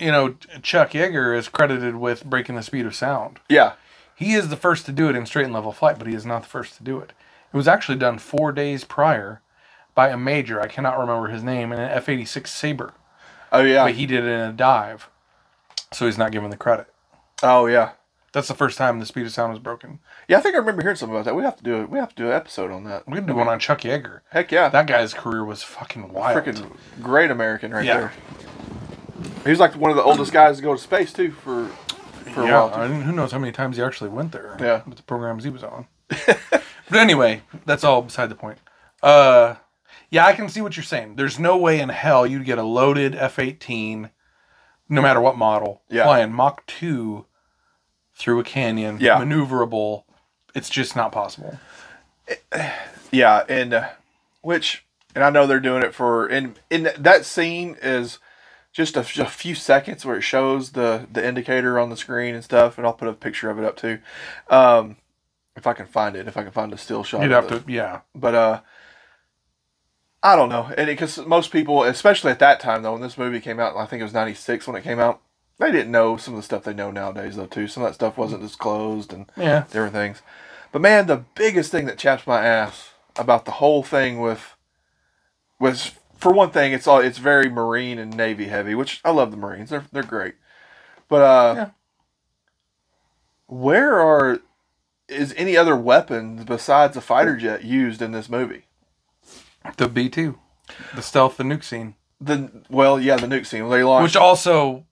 you know Chuck Yeager is credited with breaking the speed of sound.
yeah,
He is the first to do it in straight and level flight, but he is not the first to do it. It was actually done four days prior by a major. I cannot remember his name in an F eighty six Saber,
oh yeah,
but he did it in a dive, so he's not given the credit.
oh yeah,
That's the first time the speed of sound was broken.
yeah. I think I remember hearing something about that. We have to do it. We have to do an episode on that.
We can do one on Chuck Yeager.
Heck yeah.
That guy's career was fucking wild.
freaking great American right
Yeah.
there. He was like one of the oldest guys to go to space too for for
yeah,
a while.
I mean, who knows how many times he actually went there?
Yeah.
with the programs he
(laughs)
was on. but anyway, that's all beside the point. Uh, yeah, I can see what you're saying. There's no way in hell you'd get a loaded F-18, no matter what model,
Yeah.
flying Mach two through a canyon,
Yeah.
maneuverable. It's just not possible.
Yeah, and uh, which and I know they're doing it for and in that scene is just a, f- a few seconds where it shows the the indicator on the screen and stuff, and I'll put a picture of it up too, um, if I can find it. If I can find a still shot,
You'd
of
have
it.
to, yeah,
but uh i don't know and because most people especially at that time though when this movie came out i think it was 96 when it came out they didn't know some of the stuff they know nowadays though too some of that stuff wasn't disclosed and
yeah.
different things but man the biggest thing that chaps my ass about the whole thing with was for one thing it's all it's very marine and navy heavy which i love the marines they're, they're great but uh
Yeah.
where are is any other weapons besides a fighter jet used in this movie
The B two, the stealth, the nuke scene,
The well, yeah, the nuke scene. They launched.
which also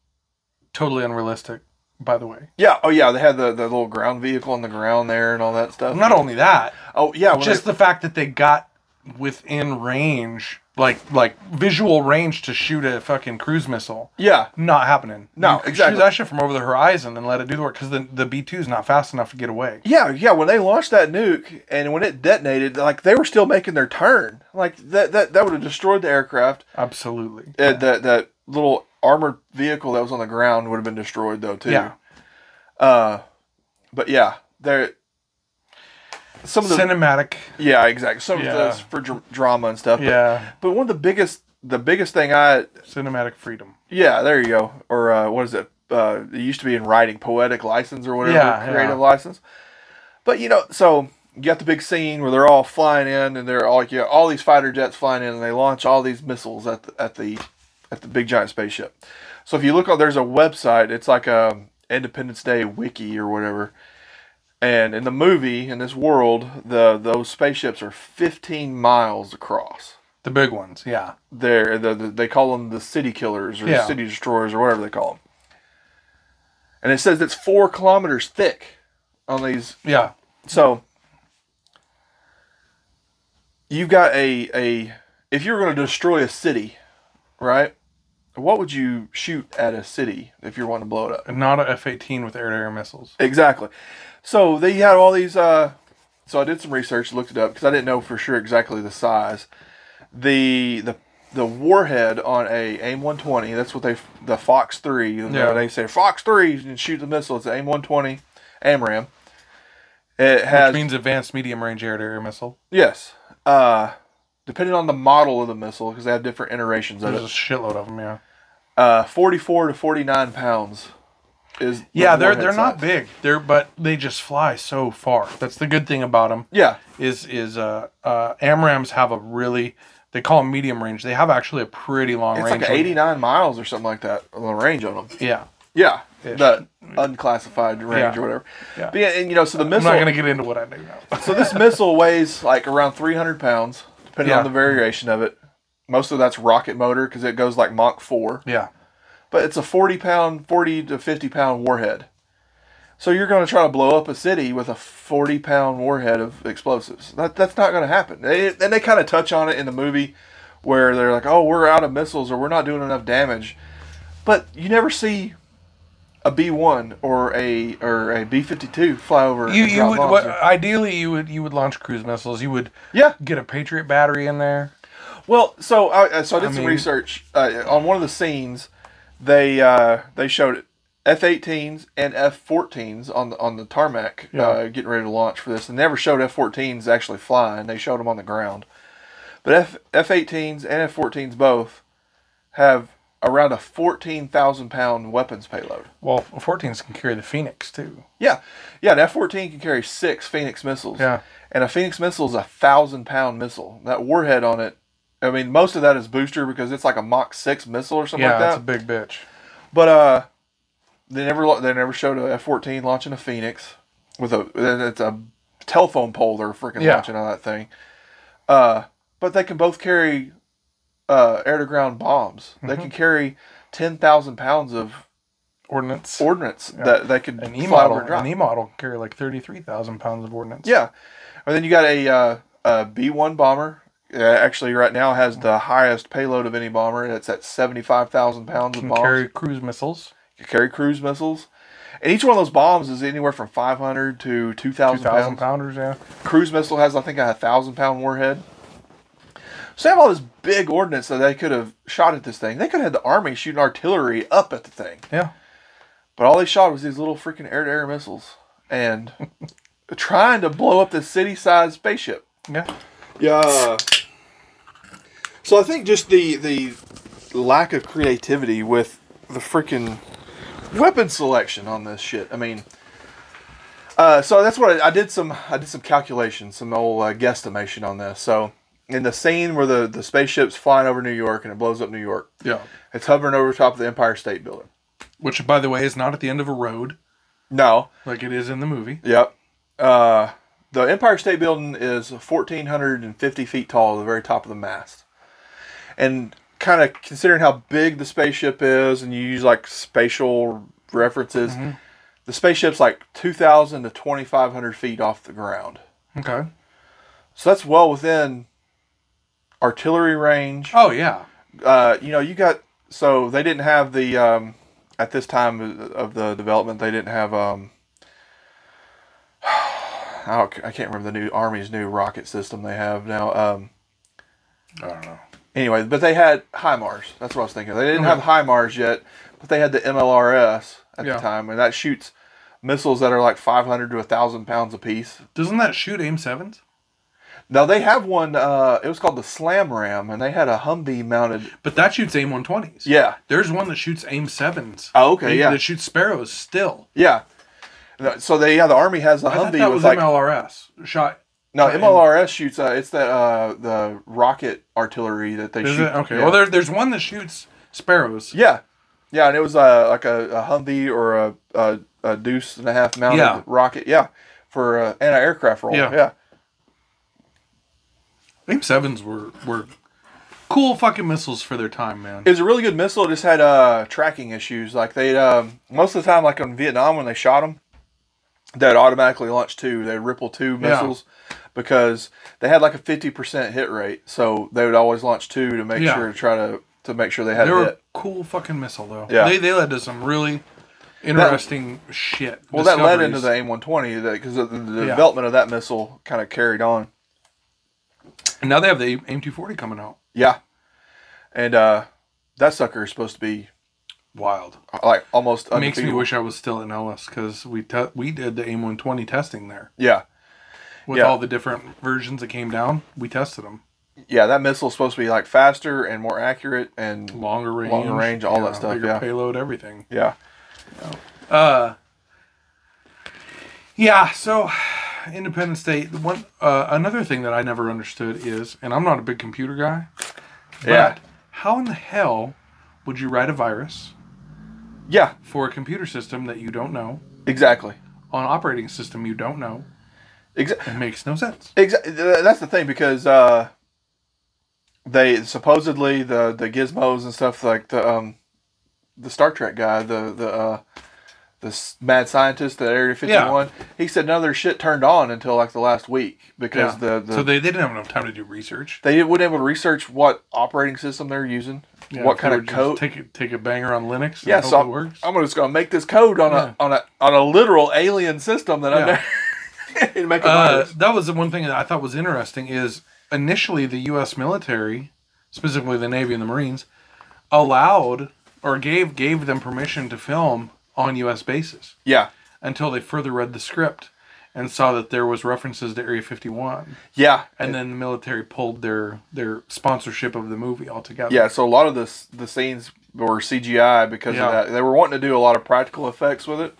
totally unrealistic, by the way.
yeah, oh yeah, they had the, the little ground vehicle on the ground there and all that stuff.
Not only that,
oh yeah, when
just
they-
the fact that they got within range like like visual range to shoot a fucking cruise missile
yeah,
not happening
No,
You could
exactly.
shoot that shit from over the horizon and let it do the work because the, the b2 is not fast enough to get away
yeah, yeah. When they launched that nuke and when it detonated, like they were still making their turn. Like that that that would have destroyed the aircraft.
absolutely
Uh, that that little armored vehicle that was on the ground would have been destroyed though too.
yeah
Uh, but yeah, there. Some of the
cinematic
yeah, exactly. Some
Yeah.
of those for dr- drama and stuff. but-
yeah
but one of the biggest the biggest thing I
cinematic freedom
Yeah, there you go. Or uh, what is it? Uh, it used to be in writing, poetic license or whatever,
Yeah,
creative
yeah.
license. But you know, so you got the big scene where they're all flying in and they're all like, yeah, all these fighter jets flying in and they launch all these missiles at the, at the at the big giant spaceship. So if you look on, there's a website. It's like a Independence Day wiki or whatever. And in the movie, in this world, the those spaceships are 15 miles across.
The big ones, yeah.
They're the, the, they call them the city killers or
Yeah.
city destroyers or whatever they call them. And it says it's four kilometers thick on these
Yeah.
so you've got a a if you were going to destroy a city, right? What would you shoot at a city if you're wanting to blow it up?
Not a F 18 with air to air missiles.
Exactly. So they had all these. Uh, so I did some research, looked it up because I didn't know for sure exactly the size. The the the warhead on a AIM 120. That's what they the Fox three. you know,
Yeah.
They say Fox three and shoot the missile. It's an AIM 120 AMRAAM. It has
Which means advanced medium range air to air missile.
Yes. Uh, depending on the model of the missile, because they have different iterations of
There's a
it.
shitload of them, yeah.
Uh, forty-four to forty-nine pounds is. the
Yeah, they're
warhead
they're not
size.
big. They're but they just fly so far. That's the good thing about them.
Yeah,
Is is uh uh AMRAMs have a really they call 'em medium range. They have actually a pretty long
it's
range.
like
on-
eighty-nine miles or something like that. The range on them.
Yeah.
Yeah,
Ish.
the unclassified range
Yeah.
or whatever.
Yeah.
But yeah, and you know, so the
I'm
missile.
not gonna get into what I do now. (laughs)
so this missile weighs like around three hundred pounds, depending
Yeah.
on the variation of it. Most of that's rocket motor because it goes like Mach four.
yeah.
but it's a 40 pound 40 to 50 pound warhead so you're going to try to blow up a city with a 40 pound warhead of explosives that, that's not going to happen they, and they kind of touch on it in the movie where they're like oh we're out of missiles or we're not doing enough damage but you never see a b1 or a or a b52 fly over
You
and
you
drop
would
bombs
what,
there.
ideally you would you would launch cruise missiles. You would
yeah
get a Patriot battery in there.
Well, so I I- so I did
I
some
mean-
research uh, on one of the scenes. They uh, they showed F-18s and F-14s on the on the tarmac uh,
Yeah.
getting ready to launch for this, and they never showed F-14s actually flying. They showed them on the ground, but F F-18s and F-14s both have around a fourteen thousand pound weapons payload.
Well, 14s can carry the Phoenix too.
Yeah, yeah. An F-14 can carry six Phoenix missiles.
Yeah.
and a Phoenix missile is a thousand pound missile. That warhead on it, I mean, most of that is booster because it's like a Mach six missile or something
Yeah,
like
that's a
that.
big bitch.
But uh, they never lo- they never showed a F-14 launching a Phoenix with a and it's a telephone pole they're freaking
Yeah.
launching on that thing. Uh, but they can both carry uh, air to ground bombs.
Mm-hmm.
They can carry ten thousand pounds of
Ordnance.
ordnance
Yeah.
that they could
an E
fly
model.
over and drop.
An E model can carry like 33,000 pounds of ordnance.
Yeah, and then you got a, uh, a B one bomber. Uh, actually, right now has the highest payload of any bomber. That's at seventy five thousand pounds of
Can
bombs.
carry cruise missiles.
You carry cruise missiles, and each one of those bombs is anywhere from five hundred to two thousand
2,000
pounds.
pounders, yeah.
Cruise missile has, I think, a thousand pound warhead. So they have all this big ordnance that they could have shot at this thing. They could have had the army shooting artillery up at the thing.
Yeah.
But all they shot was these little freaking air to air missiles (laughs) and trying to blow up this city sized spaceship.
Yeah.
Yeah. So I think just the the lack of creativity with the freaking weapon selection on this shit. I mean, uh, so that's what I, I did some I did some calculations, some old uh, guesstimation on this. So in the scene where the the spaceship's flying over New York and it blows up New York,
Yeah.
it's hovering over top of the Empire State Building.
Which, by the way, is not at the end of a road
No.
like it is in the movie.
Yep. Uh, the Empire State Building is 1,450 feet tall, the very top of the mast. And kind of considering how big the spaceship is, and you use like spatial references, the spaceship's like 2,000 to 2,500 feet off the ground.
Okay.
So that's well within artillery range.
Oh, yeah.
Uh, you know, you got so they didn't have the um, at this time of the development, they didn't have um, (sighs) I, don't, I can't remember the new army's new rocket system they have now. Um,
I don't know.
anyway, but they had HIMARS. That's what I was thinking. They didn't have HIMARS yet, but they had the MLRS at
Yeah.
the time, and that shoots missiles that are like 500 to 1,000 pounds apiece.
Doesn't that shoot AIM 7s?
Now they have one. Uh, it was called the Slam Ram, and they had a Humvee mounted.
But that shoots AIM 120s.
Yeah.
There's one that shoots AIM 7s.
Oh, okay,
That-
yeah.
That shoots Sparrows still.
Yeah. So they yeah the army has a
I thought
Humvee
that
with
was
like
MLRS. Shot
No,
Uh, and-
MLRS shoots. Uh, it's that uh, the rocket artillery that they
Is
shoot.
it? Okay.
Yeah.
Well, there, there's one that shoots sparrows.
Yeah, yeah, and it was uh, like a, a Humvee or a, a, a Deuce and a half mounted
Yeah.
rocket. Yeah, for uh, anti-aircraft role.
Yeah.
Yeah,
Aim sevens were were cool fucking missiles for their time, man.
it was a really good missile. It just had uh, tracking issues. Like they um, most of the time, like in Vietnam when they shot them, they'd automatically launch two. They'd ripple two
Yeah.
missiles because they had like a fifty percent hit rate. So they would always launch two to make
Yeah.
sure to try to to make sure they had
they
a
were
hit.
a cool fucking missile though.
Yeah.
They they led to some really interesting shit.
Well, that led into
discoveries.
the AIM-120 because the, the
Yeah.
development of that missile kind of carried on.
And now they have the AIM two forty coming out.
Yeah, and uh, that sucker is supposed to be
Wild.
like almost
Makes me
undefeatable.
wish I was still in Ellis because we te- we did the AIM one twenty testing there
Yeah,
with
Yeah.
all the different versions that came down. We tested them
yeah, that missile's supposed to be like faster and more accurate, and
longer range,
Longer range, all that
yeah,
stuff,
bigger
yeah.
payload, everything.
yeah,
Uh, yeah. So, (sighs) Independence Day. the One uh, another thing that I never understood is, and I'm not a big computer guy. But
Yeah.
How in the hell would you write a virus
yeah,
for a computer system that you don't know
exactly,
on an operating system you don't know?
exactly.
It makes no sense.
That's the thing because uh, they supposedly the the gizmos and stuff like the um, the Star Trek guy, the the uh, the s- mad scientist at Area Fifty One, he said none of their shit turned on until like the last week because the, the
so they, they didn't have enough time to do research.
they wouldn't able to research what operating system they're using,
Yeah,
what
if
kind
they
of
were just
code.
Take a, take a banger on Linux. And
yeah,
hope
so
it
I'm,
works.
I'm just gonna make this code on
Yeah.
a on a on a literal alien system that
Yeah.
I know. (laughs) and make a
Uh,
virus.
that was the one thing that I thought was interesting is initially the U.S. military, specifically the Navy and the Marines, allowed or gave gave them permission to film on U.S. bases
Yeah,
until they further read the script and saw that there was references to Area 51,
yeah,
and then the military pulled their their sponsorship of the movie altogether.
yeah. So a lot of the s- the scenes were CGI because
Yeah.
of that. They were wanting to do a lot of practical effects with it.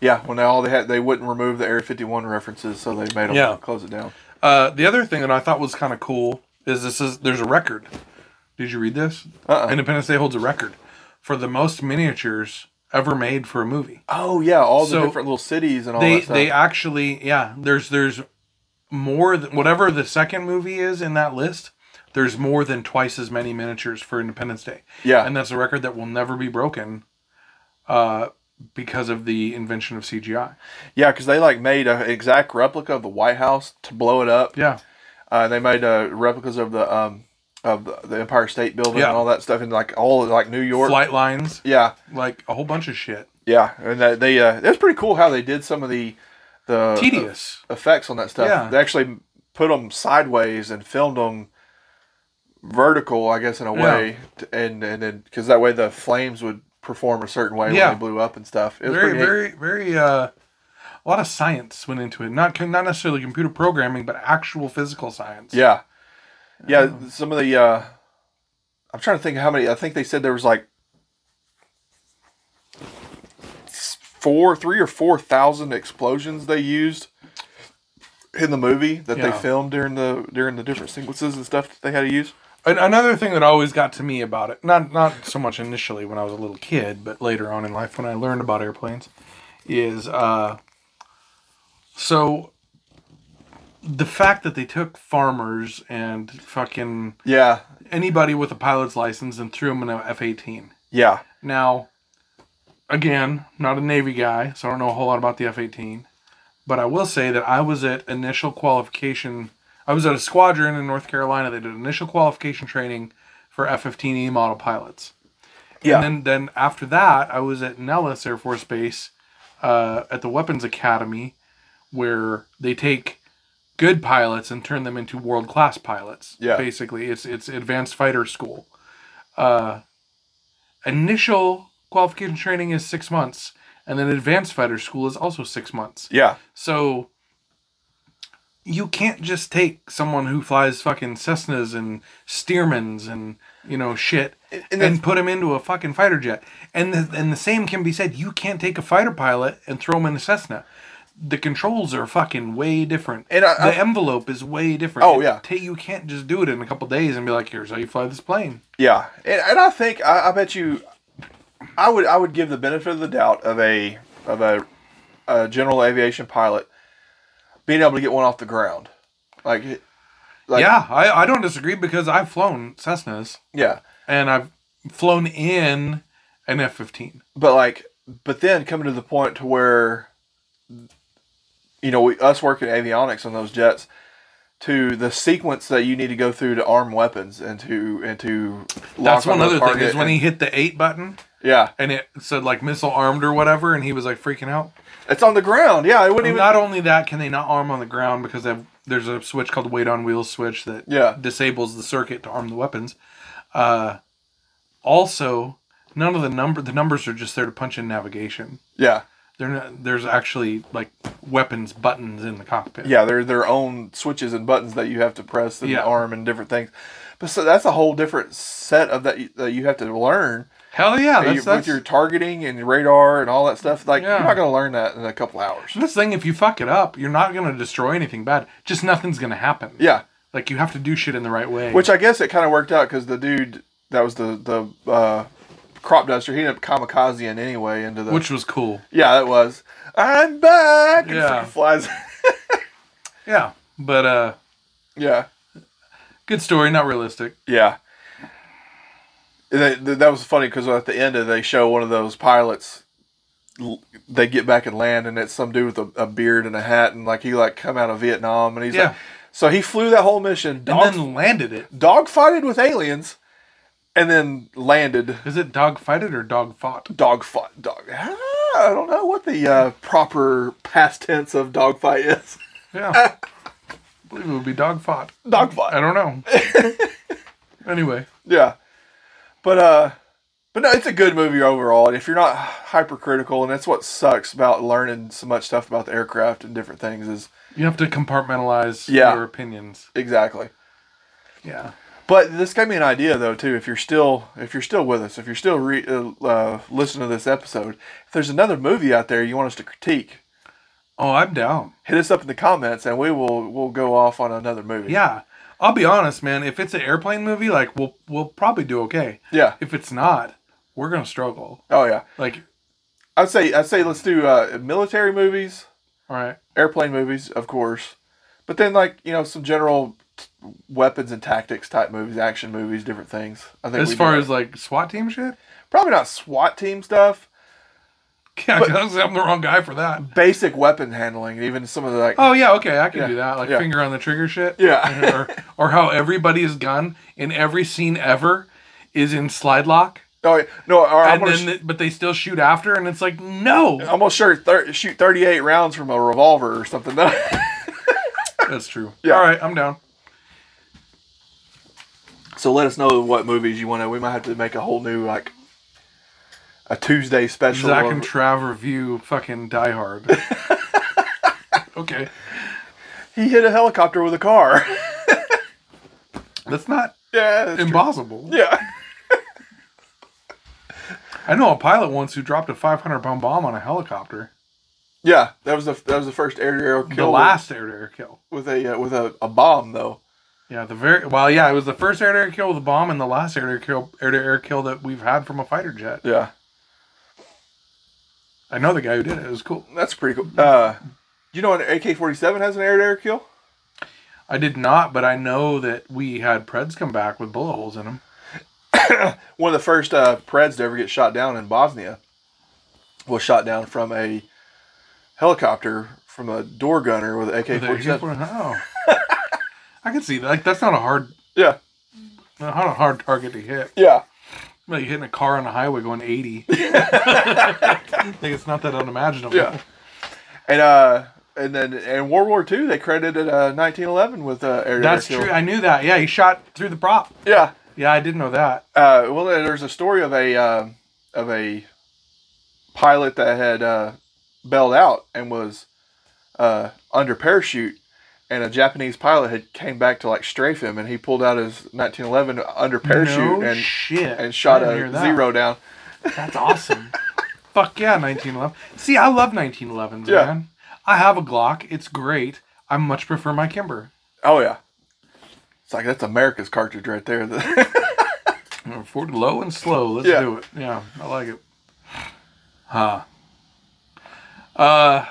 Yeah, when they, all they had, they wouldn't remove the Area 51 references, so they made them
Yeah.
close it down.
Uh, the other thing that I thought was kind of cool is this is there's a record. Did you read this?
Uh-uh.
Independence Day holds a record for the most miniatures ever made for a movie.
Oh yeah, all the
So,
different little cities and all
they
that stuff.
they actually yeah there's there's more than whatever the second movie is in that list there's more than twice as many miniatures for independence day
yeah,
and that's a record that will never be broken uh because of the invention of cgi
yeah, because they like made an exact replica of the White House to blow it up.
yeah
Uh, they made uh, replicas of the um, of the- the Empire State Building
Yeah.
and all that stuff in like all like New York.
flight lines
Yeah,
like a whole bunch of shit
yeah, and they, they uh, it was pretty cool how they did some of the the
tedious
effects on that stuff.
Yeah.
They actually put them sideways and filmed them vertical, I guess, in a
Yeah.
way, t- and and then because that way the flames would perform a certain way
Yeah.
when they blew up and stuff. It was
very
pretty neat.
very very uh a lot of science went into it not not necessarily computer programming but actual physical science
Yeah. Yeah, some of the uh I'm trying to think how many I think they said there was like s- four, three or four thousand explosions they used in the movie that
Yeah.
they filmed during the during the different sequences and stuff that they had to use.
An- another thing that always got to me about it not not so much initially when i was a little kid but later on in life when i learned about airplanes is uh so the fact that they took farmers and fucking
Yeah.
anybody with a pilot's license and threw them in a f-18
Yeah.
now again not a navy guy so i don't know a whole lot about the f-18 but i will say that i was at initial qualification I was at a squadron in North Carolina that did initial qualification training for F-15E model pilots.
Yeah.
And then, then after that, I was at Nellis Air Force Base uh, at the Weapons Academy, where they take good pilots and turn them into world class pilots.
Yeah.
Basically, it's it's advanced fighter school. Uh, initial qualification training is six months, and then advanced fighter school is also six months.
Yeah.
So you can't just take someone who flies fucking Cessnas and Stearmans and you know shit
And,
and,
and then
put him into a fucking fighter jet. And the, and the same can be said. You can't take a fighter pilot and throw him in a Cessna. the controls are fucking way different.
And I-
the
I-
envelope is way different.
Oh,
It
yeah.
ta- you can't just do it in a couple days and be like, here's how you fly this plane.
Yeah, and, and I think I, I bet you, I would I would give the benefit of the doubt of a of a, a general aviation pilot being able to get one off the ground, like it- like
yeah, I, I don't disagree because I've flown Cessnas
yeah.
and I've flown in an F 15.
But like, but then coming to the point to where, you know, we, us working avionics on those jets, to the sequence that you need to go through to arm weapons and to and to lock
That's one
onto a
other thing is
target
when
and-
he hit the eight button
yeah,
and it said like missile armed or whatever, and he was like freaking out.
it's on the ground. Yeah, it wouldn't even
Not only that, can they not arm on the ground because they have, there's a switch called weight on wheels switch that
Yeah.
disables the circuit to arm the weapons. Uh, also, none of the number the numbers are just there to punch in navigation.
yeah.
They're not, there's actually like weapons buttons in the cockpit.
Yeah, they're their own switches and buttons that you have to press and
Yeah.
arm and different things. But so that's a whole different set of that you, that you have to learn
Hell yeah,
That you-
that's, that's
with your targeting and radar and all that stuff. Like
Yeah.
you're not going to learn that in a couple hours.
this thing. If you fuck it up, you're not gonna destroy anything bad. Just nothing's gonna happen.
Yeah,
Like you have to do shit in the right way.
which I guess it kind of worked out because the dude that was the the uh, crop duster he ended up kamikazing anyway into the
which was cool.
yeah that was I'm back and
Yeah.
fucking flies (laughs)
Yeah, but uh,
yeah
good story, not realistic.
Yeah. They, th that was funny because at the end of they show one of those pilots. l- They get back and land, and it's some dude with a, a beard and a hat, and like he like come out of Vietnam, and he's
Yeah.
like, so he flew that whole mission,
And
dog,
then landed it.
dogfighted with aliens, and then landed.
Is it dog fighted or dog fought?
Dogfight, dog. Ah, I don't know what the uh, proper past tense of dogfight is. (laughs)
Yeah. (laughs) I believe it would be dog fought. I
Dogfight.
don't know. (laughs) anyway,
Yeah, but uh, but no, it's a good movie overall. And if you're not hypercritical, and that's what sucks about learning so much stuff about the aircraft and different things is
you have to compartmentalize
Yeah.
your opinions.
exactly.
Yeah.
But this gave me an idea though too. If you're still if you're still with us, if you're still re- uh, uh, listening to this episode, if there's another movie out there you want us to critique,
Oh, I'm down.
hit us up in the comments, and we will we'll go off on another movie.
Yeah. I'll be honest, man. If it's an airplane movie, like we'll we'll probably do okay.
yeah.
If it's not, we're gonna struggle.
Oh yeah.
Like,
I'd say I'd say let's do uh, military movies.
all right.
airplane movies, of course, but then like you know some general t- weapons and tactics type movies, action movies, different things. I think
As
we
far
do
as like SWAT team shit, (laughs)
that. probably not SWAT team stuff,
yeah, 'cause I'm the wrong guy for that.
basic weapon handling, and even some of the like
Oh yeah, okay, I can
Yeah,
do that. Like
yeah.
finger on the trigger shit. (laughs)
Yeah.
or, or how everybody's gun in every scene ever is in slide lock,
oh wait, no, all right, I'm
and
gonna,
then
sh-
th- but they still shoot after, and it's like no,
I'm gonna shoot, thir- shoot 38 rounds from a revolver or something. (laughs)
that's true.
Yeah.
All right, I'm down.
so let us know what movies you want to. We might have to make a whole new like a Tuesday special.
Zach
of-
and Trav review fucking
(laughs)
Die Hard. okay,
he hit a helicopter with a car. (laughs)
that's not
yeah, that's true.
impossible.
yeah.
I know a pilot once who dropped a 500 pound bomb on a helicopter.
Yeah, that was the that was the first air to air kill.
The last air to air kill.
with a uh, with a, a bomb though.
Yeah, the very well. Yeah, it was the first air to air kill with a bomb, and the last air to air kill air to air kill that we've had from a fighter jet.
Yeah,
I know the guy who did it. It was cool.
that's pretty cool. Uh, you know, an AK forty seven has an air to air kill.
I did not, but I know that we had Preds come back with bullet holes in them.
One of the first uh, Preds to ever get shot down in Bosnia was shot down from a helicopter from a door gunner with an AK forty seven.
Oh. (laughs) I can see that. Like, that's not a hard,
Yeah,
not a hard target to hit.
yeah,
Like you're hitting a car on a highway going
(laughs)
80. like it's not that unimaginable.
yeah. And uh, and then in World War II, they credited uh, nineteen eleven with uh, air to air
That's
kill.
true. I knew that. Yeah, he shot through the prop.
Yeah.
Yeah, I did know that.
Uh, well, there's a story of a uh, of a pilot that had uh, bailed out and was uh, under parachute, and a Japanese pilot had came back to like strafe him, and he pulled out his 1911 under parachute
No
and
shit.
and shot
I didn't hear
a
that.
zero down.
(laughs) That's awesome. Fuck yeah, 1911. See, I love 1911s,
Yeah.
man. I have a Glock. It's great. I much prefer my Kimber.
Oh yeah. It's like that's America's cartridge right there. (laughs)
Ford low and slow. Let's
Yeah.
do it. Yeah, I like it. (sighs) Huh. Uh,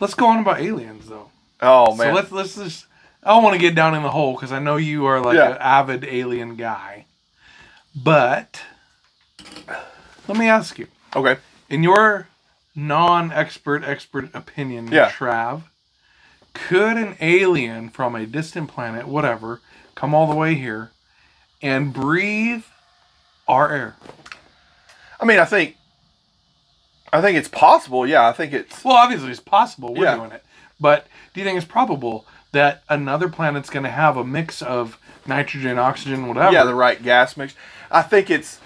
let's go on about aliens though.
oh man.
So let's let's just. I don't want to get down in the hole because I know you are like
Yeah.
an avid alien guy, but let me ask you,
okay.
in your non-expert expert opinion,
Yeah.
Trav, could an alien from a distant planet, whatever, come all the way here and breathe our air?
I mean, I think I think it's possible. Yeah, I think it's
Well, obviously it's possible. We're
Yeah.
doing it. But do you think it's probable that another planet's going to have a mix of nitrogen, oxygen, whatever?
yeah, the right gas mix. I think it's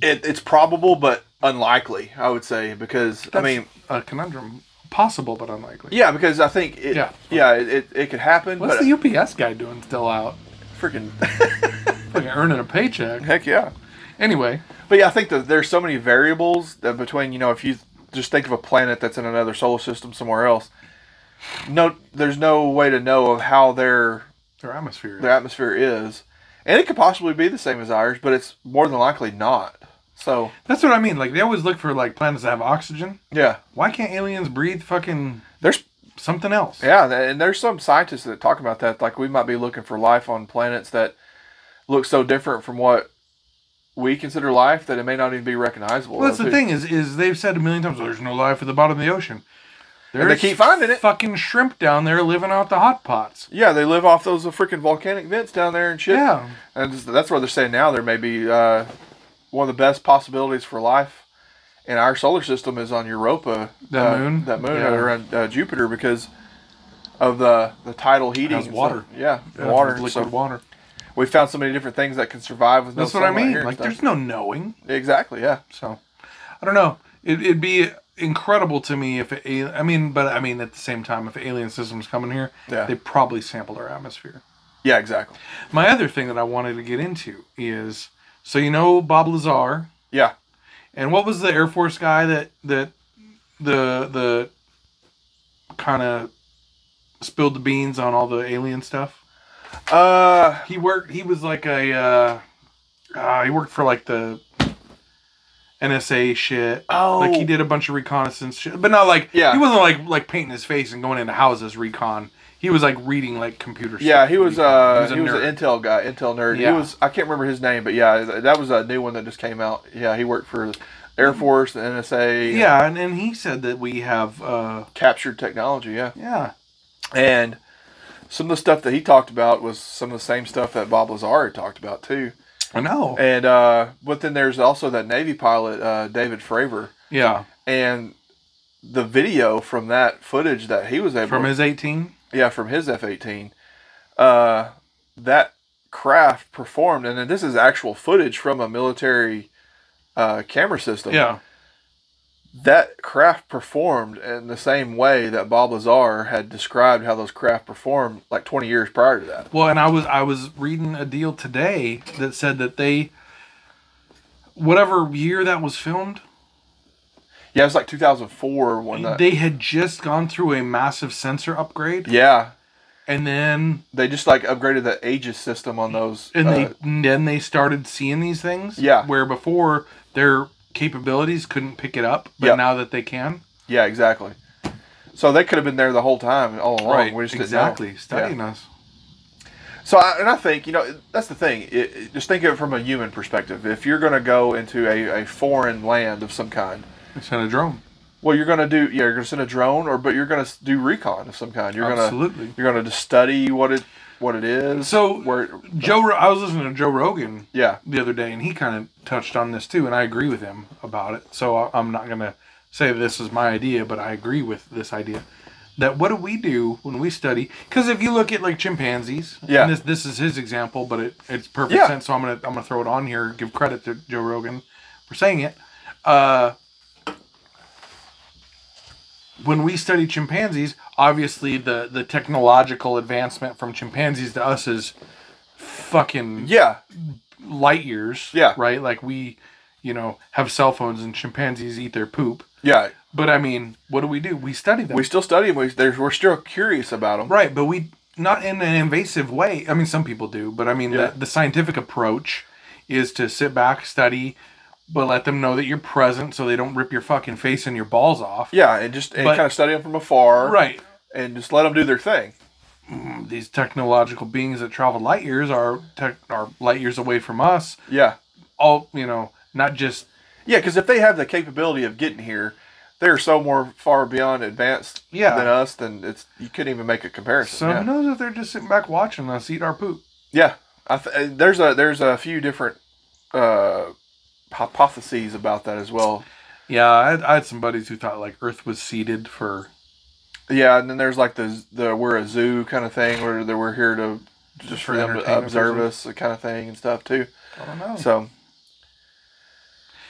it, it's probable but unlikely, I would say, because I
That's
mean,
a conundrum. Possible, but unlikely.
yeah, because I think it,
Yeah.
yeah, it, it, it could happen,
What's
but
the UPS guy doing still out?
freaking (laughs)
Fucking earning a paycheck.
heck yeah.
Anyway,
But yeah, I think that there's so many variables that between you know if you just think of a planet that's in another solar system somewhere else, no, there's no way to know of how their
their atmosphere.
their atmosphere is, and it could possibly be the same as ours, but it's more than likely not. So
That's what I mean. Like they always look for like planets that have oxygen.
yeah,
Why can't aliens breathe fucking
there's
something else?
yeah, th- and there's some scientists that talk about that. Like we might be looking for life on planets that look so different from what we consider life that it may not even be recognizable.
Well, that's the
Too.
thing is, is they've said a million times, "There's no life at the bottom of the ocean."
they keep finding it.
Fucking shrimp down there living out the hot pots.
Yeah, they live off those uh, freaking volcanic vents down there and shit.
Yeah,
And just- that's where they're saying now there may be uh, one of the best possibilities for life in our solar system is on Europa.
That
uh,
moon?
That moon
Yeah.
around uh, Jupiter because of the, the tidal heating.
Has
and
water.
stuff. yeah,
Yeah,
water.
liquid
so
water.
we found so many different things that can survive with no
That's what I
sunlight
mean.
here and
Like,
stuff.
there's no knowing.
Exactly, yeah.
So, I don't know. It, it'd be incredible to me if it, I mean, but I mean, at the same time, if alien systems coming here,
Yeah.
they probably sampled our atmosphere.
Yeah, exactly.
My other thing that I wanted to get into is so you know Bob Lazar
Yeah.
and what was the Air Force guy that that the the kind of spilled the beans on all the alien stuff?
Uh,
He worked. He was like a uh, uh, he worked for like the NSA shit.
oh.
Like he did a bunch of reconnaissance shit, but not like
Yeah.
He wasn't like like painting his face and going into houses recon. He was like reading like computer.
Yeah,
stuff
he was
recon.
uh he was,
nerd.
an Intel guy, Intel nerd.
Yeah.
He was I can't remember his name, but yeah, th- that was a new one that just came out. Yeah, he worked for Air Force, the NSA, and
Yeah, and, and he said that we have, uh,
captured technology, yeah.
yeah,
And some of the stuff that he talked about was some of the same stuff that Bob Lazar had talked about too.
I know.
And uh but then there's also that Navy pilot uh David Fravor
yeah,
and the video from that footage that he was able
from his 18.
yeah, from his F eighteen, uh, that craft performed, and then this is actual footage from a military uh, camera system.
Yeah,
that craft performed in the same way that Bob Lazar had described how those craft performed like twenty years prior to that.
well, and I was I was reading a deal today that said that they, whatever year that was filmed,
Yeah, it's like two thousand four when that.
they had just gone through a massive sensor upgrade,
yeah,
and then
they just like upgraded the Aegis system on those.
and
uh,
they and then they started seeing these things.
Yeah.
where before their capabilities couldn't pick it up, but
Yeah.
now that they can,
yeah, exactly. So they could have been there the whole time all along. Oh, We just didn't know.
exactly
Yeah.
studying us.
So, I, and I think you know that's the thing. It, it- just think of it from a human perspective. If you're going to go into a, a foreign land of some kind,
Send a drone.
well, you're going to do yeah, you're going to send a drone, or but you're going to do recon of some kind. You're going to
Absolutely.
you're going to just study what it what it is.
So-
where it-
Joe, Ro- I was listening to Joe Rogan
yeah,
the other day, and he kind of touched on this too, and I agree with him about it. So I- I'm not gonna say this is my idea, but I agree with this idea. That what do we do when we study? Because if you look at like chimpanzees,
Yeah.
and this this is his example, but it, it's perfect
Yeah.
sense. So I'm gonna I'm gonna throw it on here. Give credit to Joe Rogan for saying it. Uh, when we study chimpanzees, obviously the the technological advancement from chimpanzees to us is fucking
yeah,
light years.
Yeah.
Right? Like we, you know, have cell phones and chimpanzees eat their poop.
yeah,
But I mean, what do we do? We study them.
We still study them. We, there's- we're still curious about them.
Right, but we not in an invasive way. I mean, some people do, but I mean,
Yeah.
the, the scientific approach is to sit back, study, but let them know that you're present, so they don't rip your fucking face and your balls off.
Yeah, and just and
But-
kind of study them from afar,
Right.
And just let them do their thing.
These technological beings that travel light years are tech, are light years away from us.
Yeah,
All you know, not just
yeah. Because if they have the capability of getting here, they're so more far beyond advanced
Yeah.
than us. Then it's you couldn't even make a comparison.
so.
yeah.
Who knows if they're just sitting back watching us eat our poop?
Yeah, I th- uh, there's a there's a few different uh, hypotheses about that as well.
Yeah, I, had- I had some buddies who thought like Earth was seeded for
Yeah, and then there's like the the we're a zoo kind of thing where they we're here to just for
For
them to
entertainment
observe
reasons.
us, that kind of thing and stuff too.
I don't know.
So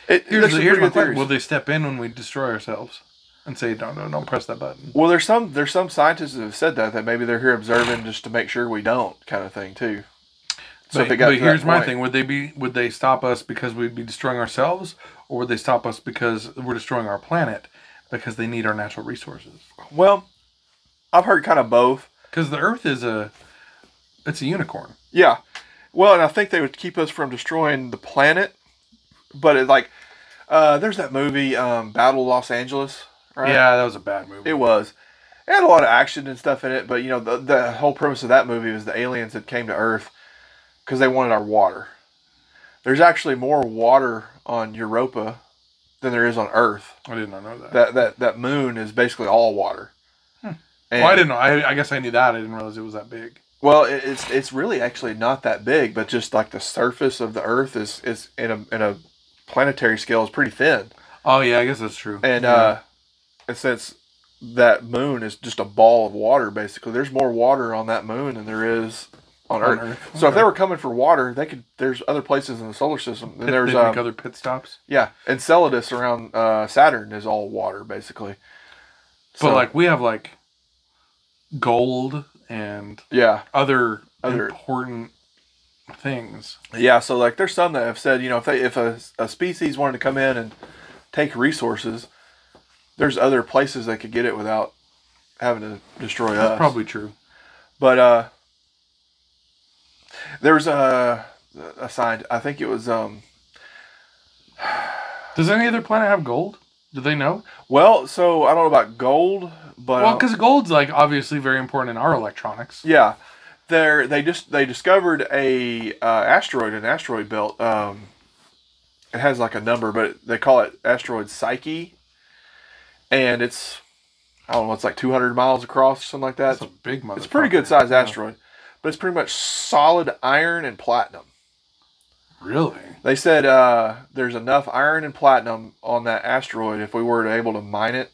it,
Here's,
there's
the,
some
here's
pretty
my
good
question.
theories.
Will they step in when we destroy ourselves and say, "Don't, don't, don't press that button"?
Well, there's some there's some scientists that have said that that maybe they're here observing just to make sure we don't kind of thing too. So
but
if it got
but
to that
here's my
point-
thing: Would they be? Would they stop us because we'd be destroying ourselves, or would they stop us because we're destroying our planet because they need our natural resources?
Well, I've heard kind of both.
Because the Earth is a, it's a unicorn.
Yeah. Well, and I think they would keep us from destroying the planet. But it, like, uh, there's that movie, um, Battle Los Angeles, right?
Yeah, that was a bad movie.
It was. It had a lot of action and stuff in it, but you know, the, the whole premise of that movie was the aliens that came to Earth because they wanted our water. There's actually more water on Europa than there is on Earth.
I did not know that.
That that, that moon is basically all water. And-
well, I didn't know. I, I guess I knew that. I didn't realize it was that big.
Well, it, it's it's really actually not that big, but just like the surface of the Earth is is in a in a planetary scale is pretty thin,
Oh yeah, I guess that's true.
and
Yeah.
uh, and since that moon is just a ball of water, basically, there's more water on that moon than there is on,
On
Earth.
Earth.
So if
Oh, Okay.
they were coming for water, they could. There's other places in the solar system. And
(laughs) Pit-
there's
they make
um,
other pit stops.
yeah, Enceladus around uh, Saturn is all water basically.
But
So,
like we have like gold and
yeah,
other,
Other-
important things.
Yeah, so like there's some that have said, you know, if they if a, a species wanted to come in and take resources, there's other places they could get it without having to destroy
That's
us.
probably true.
But uh there was a a sign I think it was um
Does any other planet have gold? Do they know?
well, so I don't know about gold, but um,
Well, because gold's like obviously very important in our electronics.
Yeah, they they just they discovered a uh, asteroid, an asteroid belt. Um, it has like a number, but they call it asteroid Psyche, and it's I don't know, it's like two hundred miles across, something like that.
That's a big mother.
it's a pretty good sized asteroid, but it's pretty much solid iron and platinum.
Really?
They said uh, there's enough iron and platinum on that asteroid. If we were to able to mine it,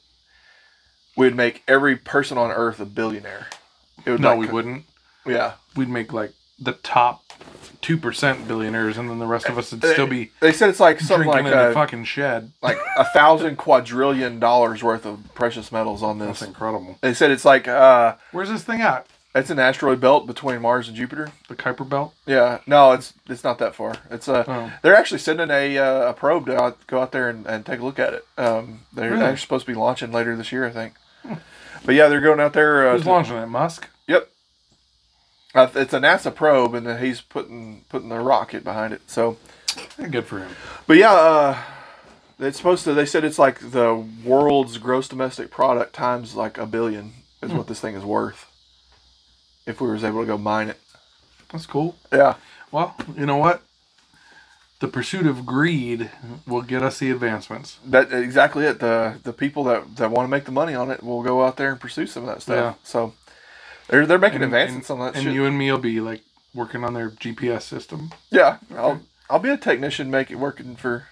we'd make every person on Earth a billionaire. It would
No,
like-
we wouldn't.
Yeah.
We'd make like the top two percent billionaires, and then the rest of us would still be
They said it's like something like
drinking in the
a,
fucking shed.
like a thousand quadrillion dollars worth of precious metals on
That's
this.
incredible.
They said it's like uh,
Where's this thing at?
it's an asteroid belt between Mars and Jupiter.
The Kuiper Belt.
Yeah, no, it's it's not that far. It's uh,
Oh.
they're actually sending a uh, a probe to out, go out there and, and take a look at it. Um, they're,
Really?
they're supposed to be launching later this year, I think. But yeah, they're going out there. Uh,
Who's
to-
launching it? Musk.
Yep. Uh, it's a NASA probe, and then he's putting putting the rocket behind it. So.
Yeah, Good for him.
But yeah, uh, it's supposed to. They said it's like the world's gross domestic product times like a billion is
Hmm.
what this thing is worth. If we was able to go mine it,
That's cool.
yeah,
Well, you know what? The pursuit of greed will get us the advancements.
that exactly it. The the people that, that want to make the money on it will go out there and pursue some of that stuff. So they're they're making advancements on that
and
shit.
you and me will be like working on their GPS system,
yeah, I'll I'll be a technician, make it working for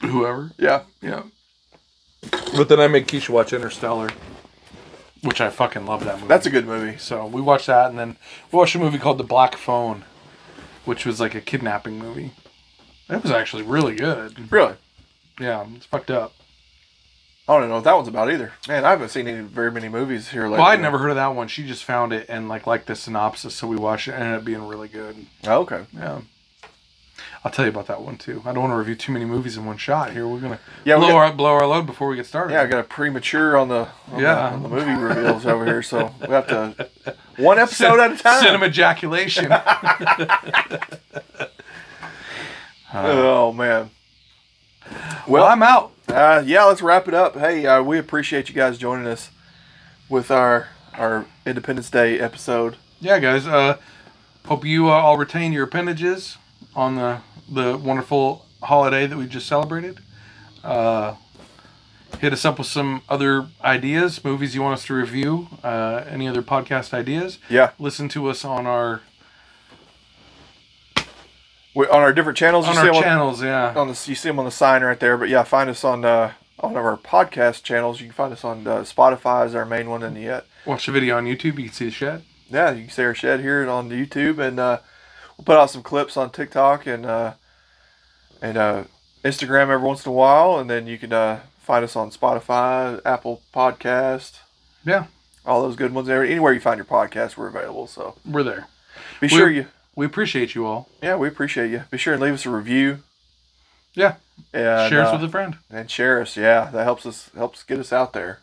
whoever.
yeah.
Yeah. But then I made Keisha watch Interstellar, which I fucking love that movie.
That's a good movie.
so we watched that, and then we watched a movie called The Black Phone, which was like a kidnapping movie. That was actually really good.
Really,
Yeah, it's fucked up.
I don't know what that one's about either. Man, I haven't seen any very many movies here lately.
Well, I'd never heard of that one. She just found it and like liked the synopsis, so we watched it. and It ended up being really good.
Oh, okay.
Yeah. I'll tell you about that one too. I don't want to review too many movies in one shot here. We're gonna
Yeah, we
blow
got-
our blow our load before we get started.
Yeah, I got a premature on the on the,
Yeah.
on the movie reveals over here, so we have to one episode at a time.
(laughs)
(laughs)
Cinema ejaculation.
Oh man.
well, I'm out.
Uh, yeah, let's wrap it up. Hey, uh, we appreciate you guys joining us with our our Independence Day episode.
Yeah, guys. Uh, hope you uh, all retain your appendages on the the wonderful holiday that we just celebrated. Uh, hit us up with some other ideas, movies you want us to review, uh, any other podcast ideas.
Yeah,
Listen to us on our
we, on our different channels.
on
you see
our
them
channels. Yeah,
on the you see them on the sign right there. But yeah, find us on uh, on our podcast channels. You can find us on uh, Spotify is our main one, and yet
watch the video on YouTube. You can see the shed.
yeah, you can see our shed here and on YouTube, and uh, we'll put out some clips on TikTok and uh, and uh, Instagram every once in a while, and then you can uh, find us on Spotify, Apple Podcast,
Yeah,
all those good ones. Every- Anywhere you find your podcast, we're available. So
we're there.
be sure
We-
you,
We appreciate you all.
yeah, we appreciate you. Be sure and leave us a review.
Yeah,
And,
share us
uh,
with a friend.
and share us. Yeah, that helps us helps get us out there.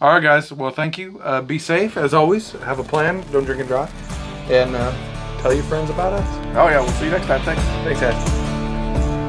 All right, guys. Well, thank you. Uh, be safe as always. Have a plan. Don't drink and drive. And uh, tell your friends about us.
Oh yeah, we'll see you next time. Thanks. Thanks, guys.